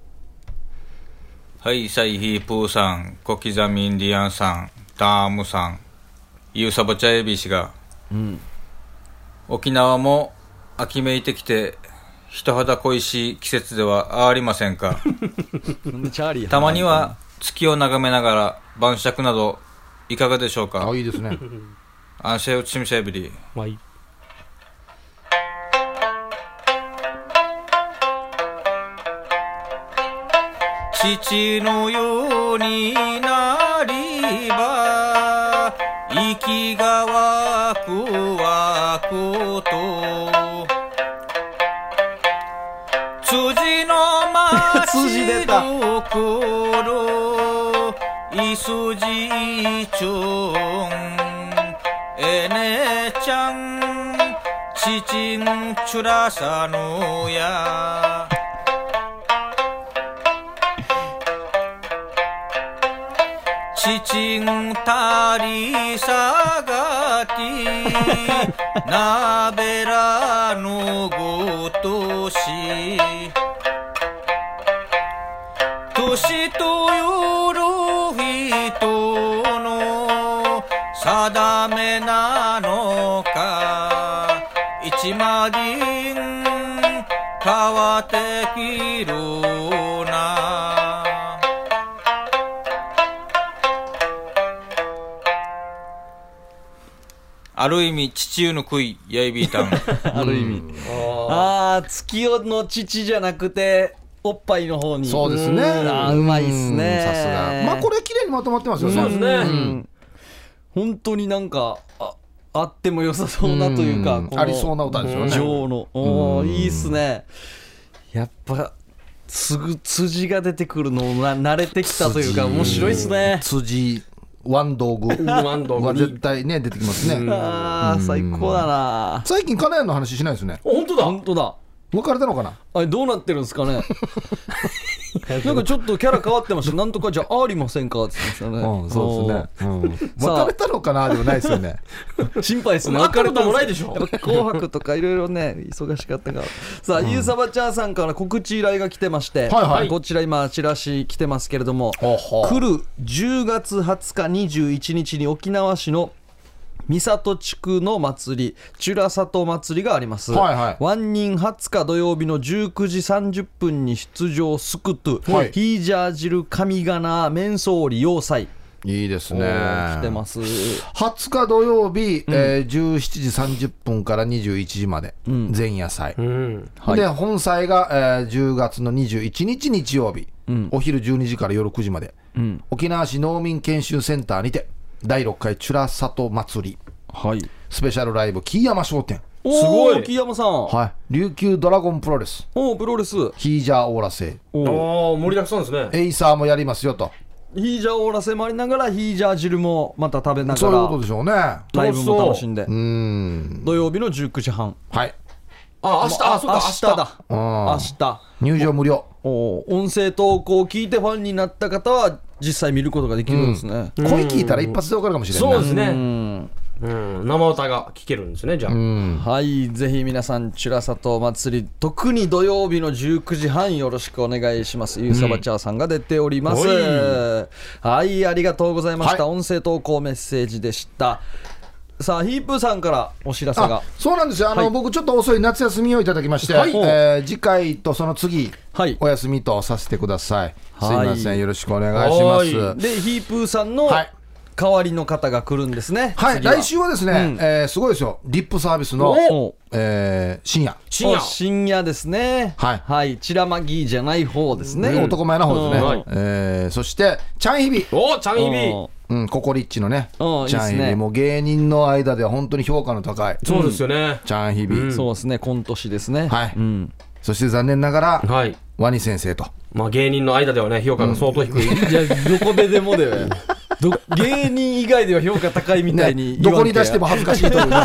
Speaker 7: はい、サイヒープーさん、小刻みインディアンさん、ダームさん、ユーサボチャエビ氏が、沖縄も秋めいてきて、人肌恋しい季節ではありません か。
Speaker 1: なんでチャーリー
Speaker 7: たまには月を眺めながら晩酌などいかがでしょうか
Speaker 3: あ。いいですね
Speaker 7: アンシェウチミシェビリー。
Speaker 2: まあいい
Speaker 7: 父のようになりば息がワクワクと辻の
Speaker 1: 辻出
Speaker 7: 町
Speaker 1: た
Speaker 7: どころいすじちょんえねちゃんちちんちゅらさのやちちんたりさがきなべらのごとし年とよろ人の定めなのか一万輪変わってきるなある意味、父湯の食い、やいびいたん。
Speaker 1: ある意味。ああ、月夜の父じゃなくて、おっぱいの方に。
Speaker 3: そうですね
Speaker 1: んあーうまいっすね。
Speaker 3: さすがまあこれ綺麗にまとまってますよ
Speaker 2: そうですね、
Speaker 1: うん本当になんか、あ、あっても良さそうなというか、
Speaker 3: ん
Speaker 1: この
Speaker 3: ありそうな歌ですよね
Speaker 1: 女王の。おーいいっすね。やっぱ、すぐ辻が出てくるのをな慣れてきたというか、面白いっすね。
Speaker 3: 辻ワンドーグ
Speaker 2: ワンドーグ
Speaker 3: は絶対ね出てきますね
Speaker 1: ああ、最高だな。
Speaker 3: 最近金谷の話しないですね
Speaker 2: 本当だ
Speaker 1: 本当だ。
Speaker 3: 別れたのかな
Speaker 1: あれどうなってるんですか ねなんかちょっとキャラ変わってましたなんとかじゃありませんかって言ってましたね、
Speaker 3: うんそうですね、うん、別
Speaker 1: さあ
Speaker 3: れたのかなでもないですよね
Speaker 1: おー心配ですね
Speaker 2: 別れたもないいでしょ
Speaker 1: 紅白とかいろいろね忙しかったからさあ、ゆうさばちゃんさんから告知依頼が来てまして、
Speaker 3: はいはい
Speaker 1: こちら今チラシ来てますけれども
Speaker 3: ほうほう
Speaker 1: 来る10月20日21日に沖縄市の三郷地区の祭り、チュラ里祭りがあります。
Speaker 3: はいはい
Speaker 1: ワンニン20日土曜日の19時30分に出場スクトゥ、
Speaker 3: はい
Speaker 1: ヒージャージル神ガナーメンソーリ要塞、
Speaker 3: いいですね
Speaker 1: 来てます。
Speaker 3: 20日土曜日、えー17時30分から21時まで、前夜祭、
Speaker 2: うん
Speaker 3: で本祭が、えー10月の21日日曜日、お昼12時から夜9時まで、沖縄市農民研修センターにて第6回チュラ里祭り
Speaker 1: はい。
Speaker 3: スペシャルライブ木山商店、
Speaker 1: お
Speaker 2: すごい
Speaker 1: 木山さん。
Speaker 3: はい、琉球ドラゴンプロレス
Speaker 1: おープロレス。
Speaker 3: ヒージャーオーラ製
Speaker 2: あー盛りだくさんですね
Speaker 3: エイサーもやりますよと
Speaker 1: ヒージャーオーラ迫りながら、ヒージャー汁もまた食べな
Speaker 3: そ
Speaker 1: が
Speaker 3: ういうこと
Speaker 1: ら、
Speaker 3: でしょうね
Speaker 1: ライブも楽しんで
Speaker 3: う、ーん
Speaker 1: 土曜日の19時半。
Speaker 3: はい
Speaker 2: あ明日あそうか
Speaker 1: 明日だ。
Speaker 3: うん
Speaker 1: 明日。
Speaker 3: 入場無料
Speaker 1: お音声投稿を聞いてファンになった方は実際見ることができるんですね、
Speaker 3: 声聞いたら一発で分かるかもしれない
Speaker 2: そうですねうん生歌が聴けるんですねじゃあ
Speaker 1: はいぜひ皆さん「ちゅらさと祭り」特に土曜日の19時半よろしくお願いしますゆうさばちゃーさんが出ております、はいありがとうございました、音声投稿メッセージでしたさあヒープーさんからお知らせが
Speaker 3: あそうなんですよあの、僕ちょっと遅い夏休みをいただきまして、
Speaker 1: はい
Speaker 3: えー次回とその次、
Speaker 1: はい
Speaker 3: お休みとさせてください、
Speaker 1: はい
Speaker 3: すいませんよろしくお願いします
Speaker 2: は
Speaker 3: はい、
Speaker 1: でヒープーさんの
Speaker 3: はい
Speaker 1: 代わりの方が来るんですね次
Speaker 3: 来週はですね、
Speaker 1: うん
Speaker 3: えーすごいですよリップサービスの、
Speaker 1: お
Speaker 3: えー深夜
Speaker 2: 深夜
Speaker 1: お深夜ですね
Speaker 3: はい
Speaker 1: はい、チラマギーじゃない方ですね、
Speaker 3: ね、男前な方ですね、
Speaker 1: うん
Speaker 2: はい
Speaker 3: えーそしてチャンヒビ、
Speaker 2: おチャンヒビ
Speaker 3: うん、ココリッチのねチ
Speaker 1: うんいいっ
Speaker 3: ャ
Speaker 1: すね
Speaker 3: ンヒビもう芸人の間では本当に評価の高いチ
Speaker 2: そうですよね
Speaker 3: ャンヒビ、
Speaker 1: そうですね、今年ですね。
Speaker 3: はい
Speaker 1: うん。
Speaker 3: そして残念ながら、
Speaker 2: はい
Speaker 3: ワニ先生と
Speaker 2: まあ芸人の間ではね評価が相当 低い
Speaker 1: いや、どこででもだよ。ど芸人以外では評価高いみたいに、
Speaker 3: ね、どこに出しても。恥ずかしいと いうね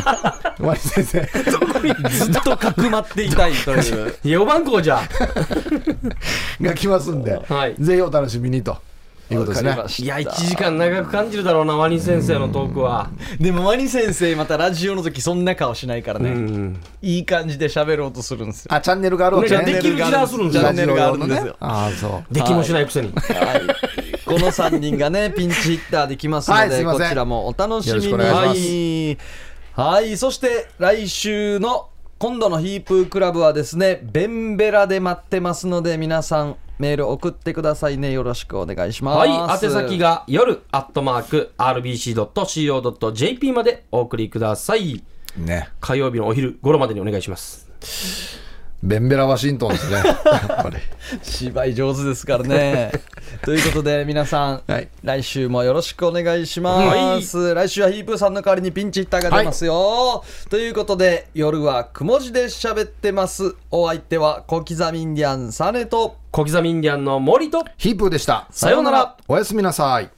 Speaker 3: ワニ先生
Speaker 1: ずっとかくまっていたいという。
Speaker 2: 4番校じゃ
Speaker 3: が来ますんで、
Speaker 2: はい
Speaker 3: ぜひお楽しみにということですね
Speaker 1: わかりまし
Speaker 2: いや1時間長く感じるだろうなワニ先生のトークは
Speaker 1: でも、ワニ先生、またラジオの時そんな顔しないから
Speaker 2: う
Speaker 1: ね。
Speaker 2: ん
Speaker 1: いい感じで喋ろうとするんですよ。
Speaker 3: あチャンネルがあるわけ
Speaker 2: ねできる気がするんですよ
Speaker 1: チャンネルがあるんですよ。
Speaker 3: ああそう
Speaker 2: できもしないくせに
Speaker 1: はい、この3人がね、ピンチヒッターできますので、
Speaker 3: はいすいません
Speaker 1: こちらもお楽しみに。
Speaker 3: よろしくお願い
Speaker 1: はい、はい、そして来週の今度のヒープークラブはですね、ベンベラで待ってますので、皆さんメール送ってくださいね。よろしくお願いします。
Speaker 2: はい、宛先。が夜アットマーク RBC.CO.JP までお送りください。
Speaker 3: ね
Speaker 2: 火曜日のお昼頃までにお願いします。
Speaker 3: ベンベラ・ワシントンですねやっぱり
Speaker 1: 芝居上手ですからね。ということで皆さん、
Speaker 3: はい
Speaker 1: 来週もよろしくお願いします、来週はヒープーさんの代わりにピンチヒッターが出ますよ、ということで夜はくも字で喋ってますお相手は小刻みインディアンサネと
Speaker 2: 小刻みインディアンの森と
Speaker 3: ヒープーでした。
Speaker 1: さようなら
Speaker 3: おやすみなさい。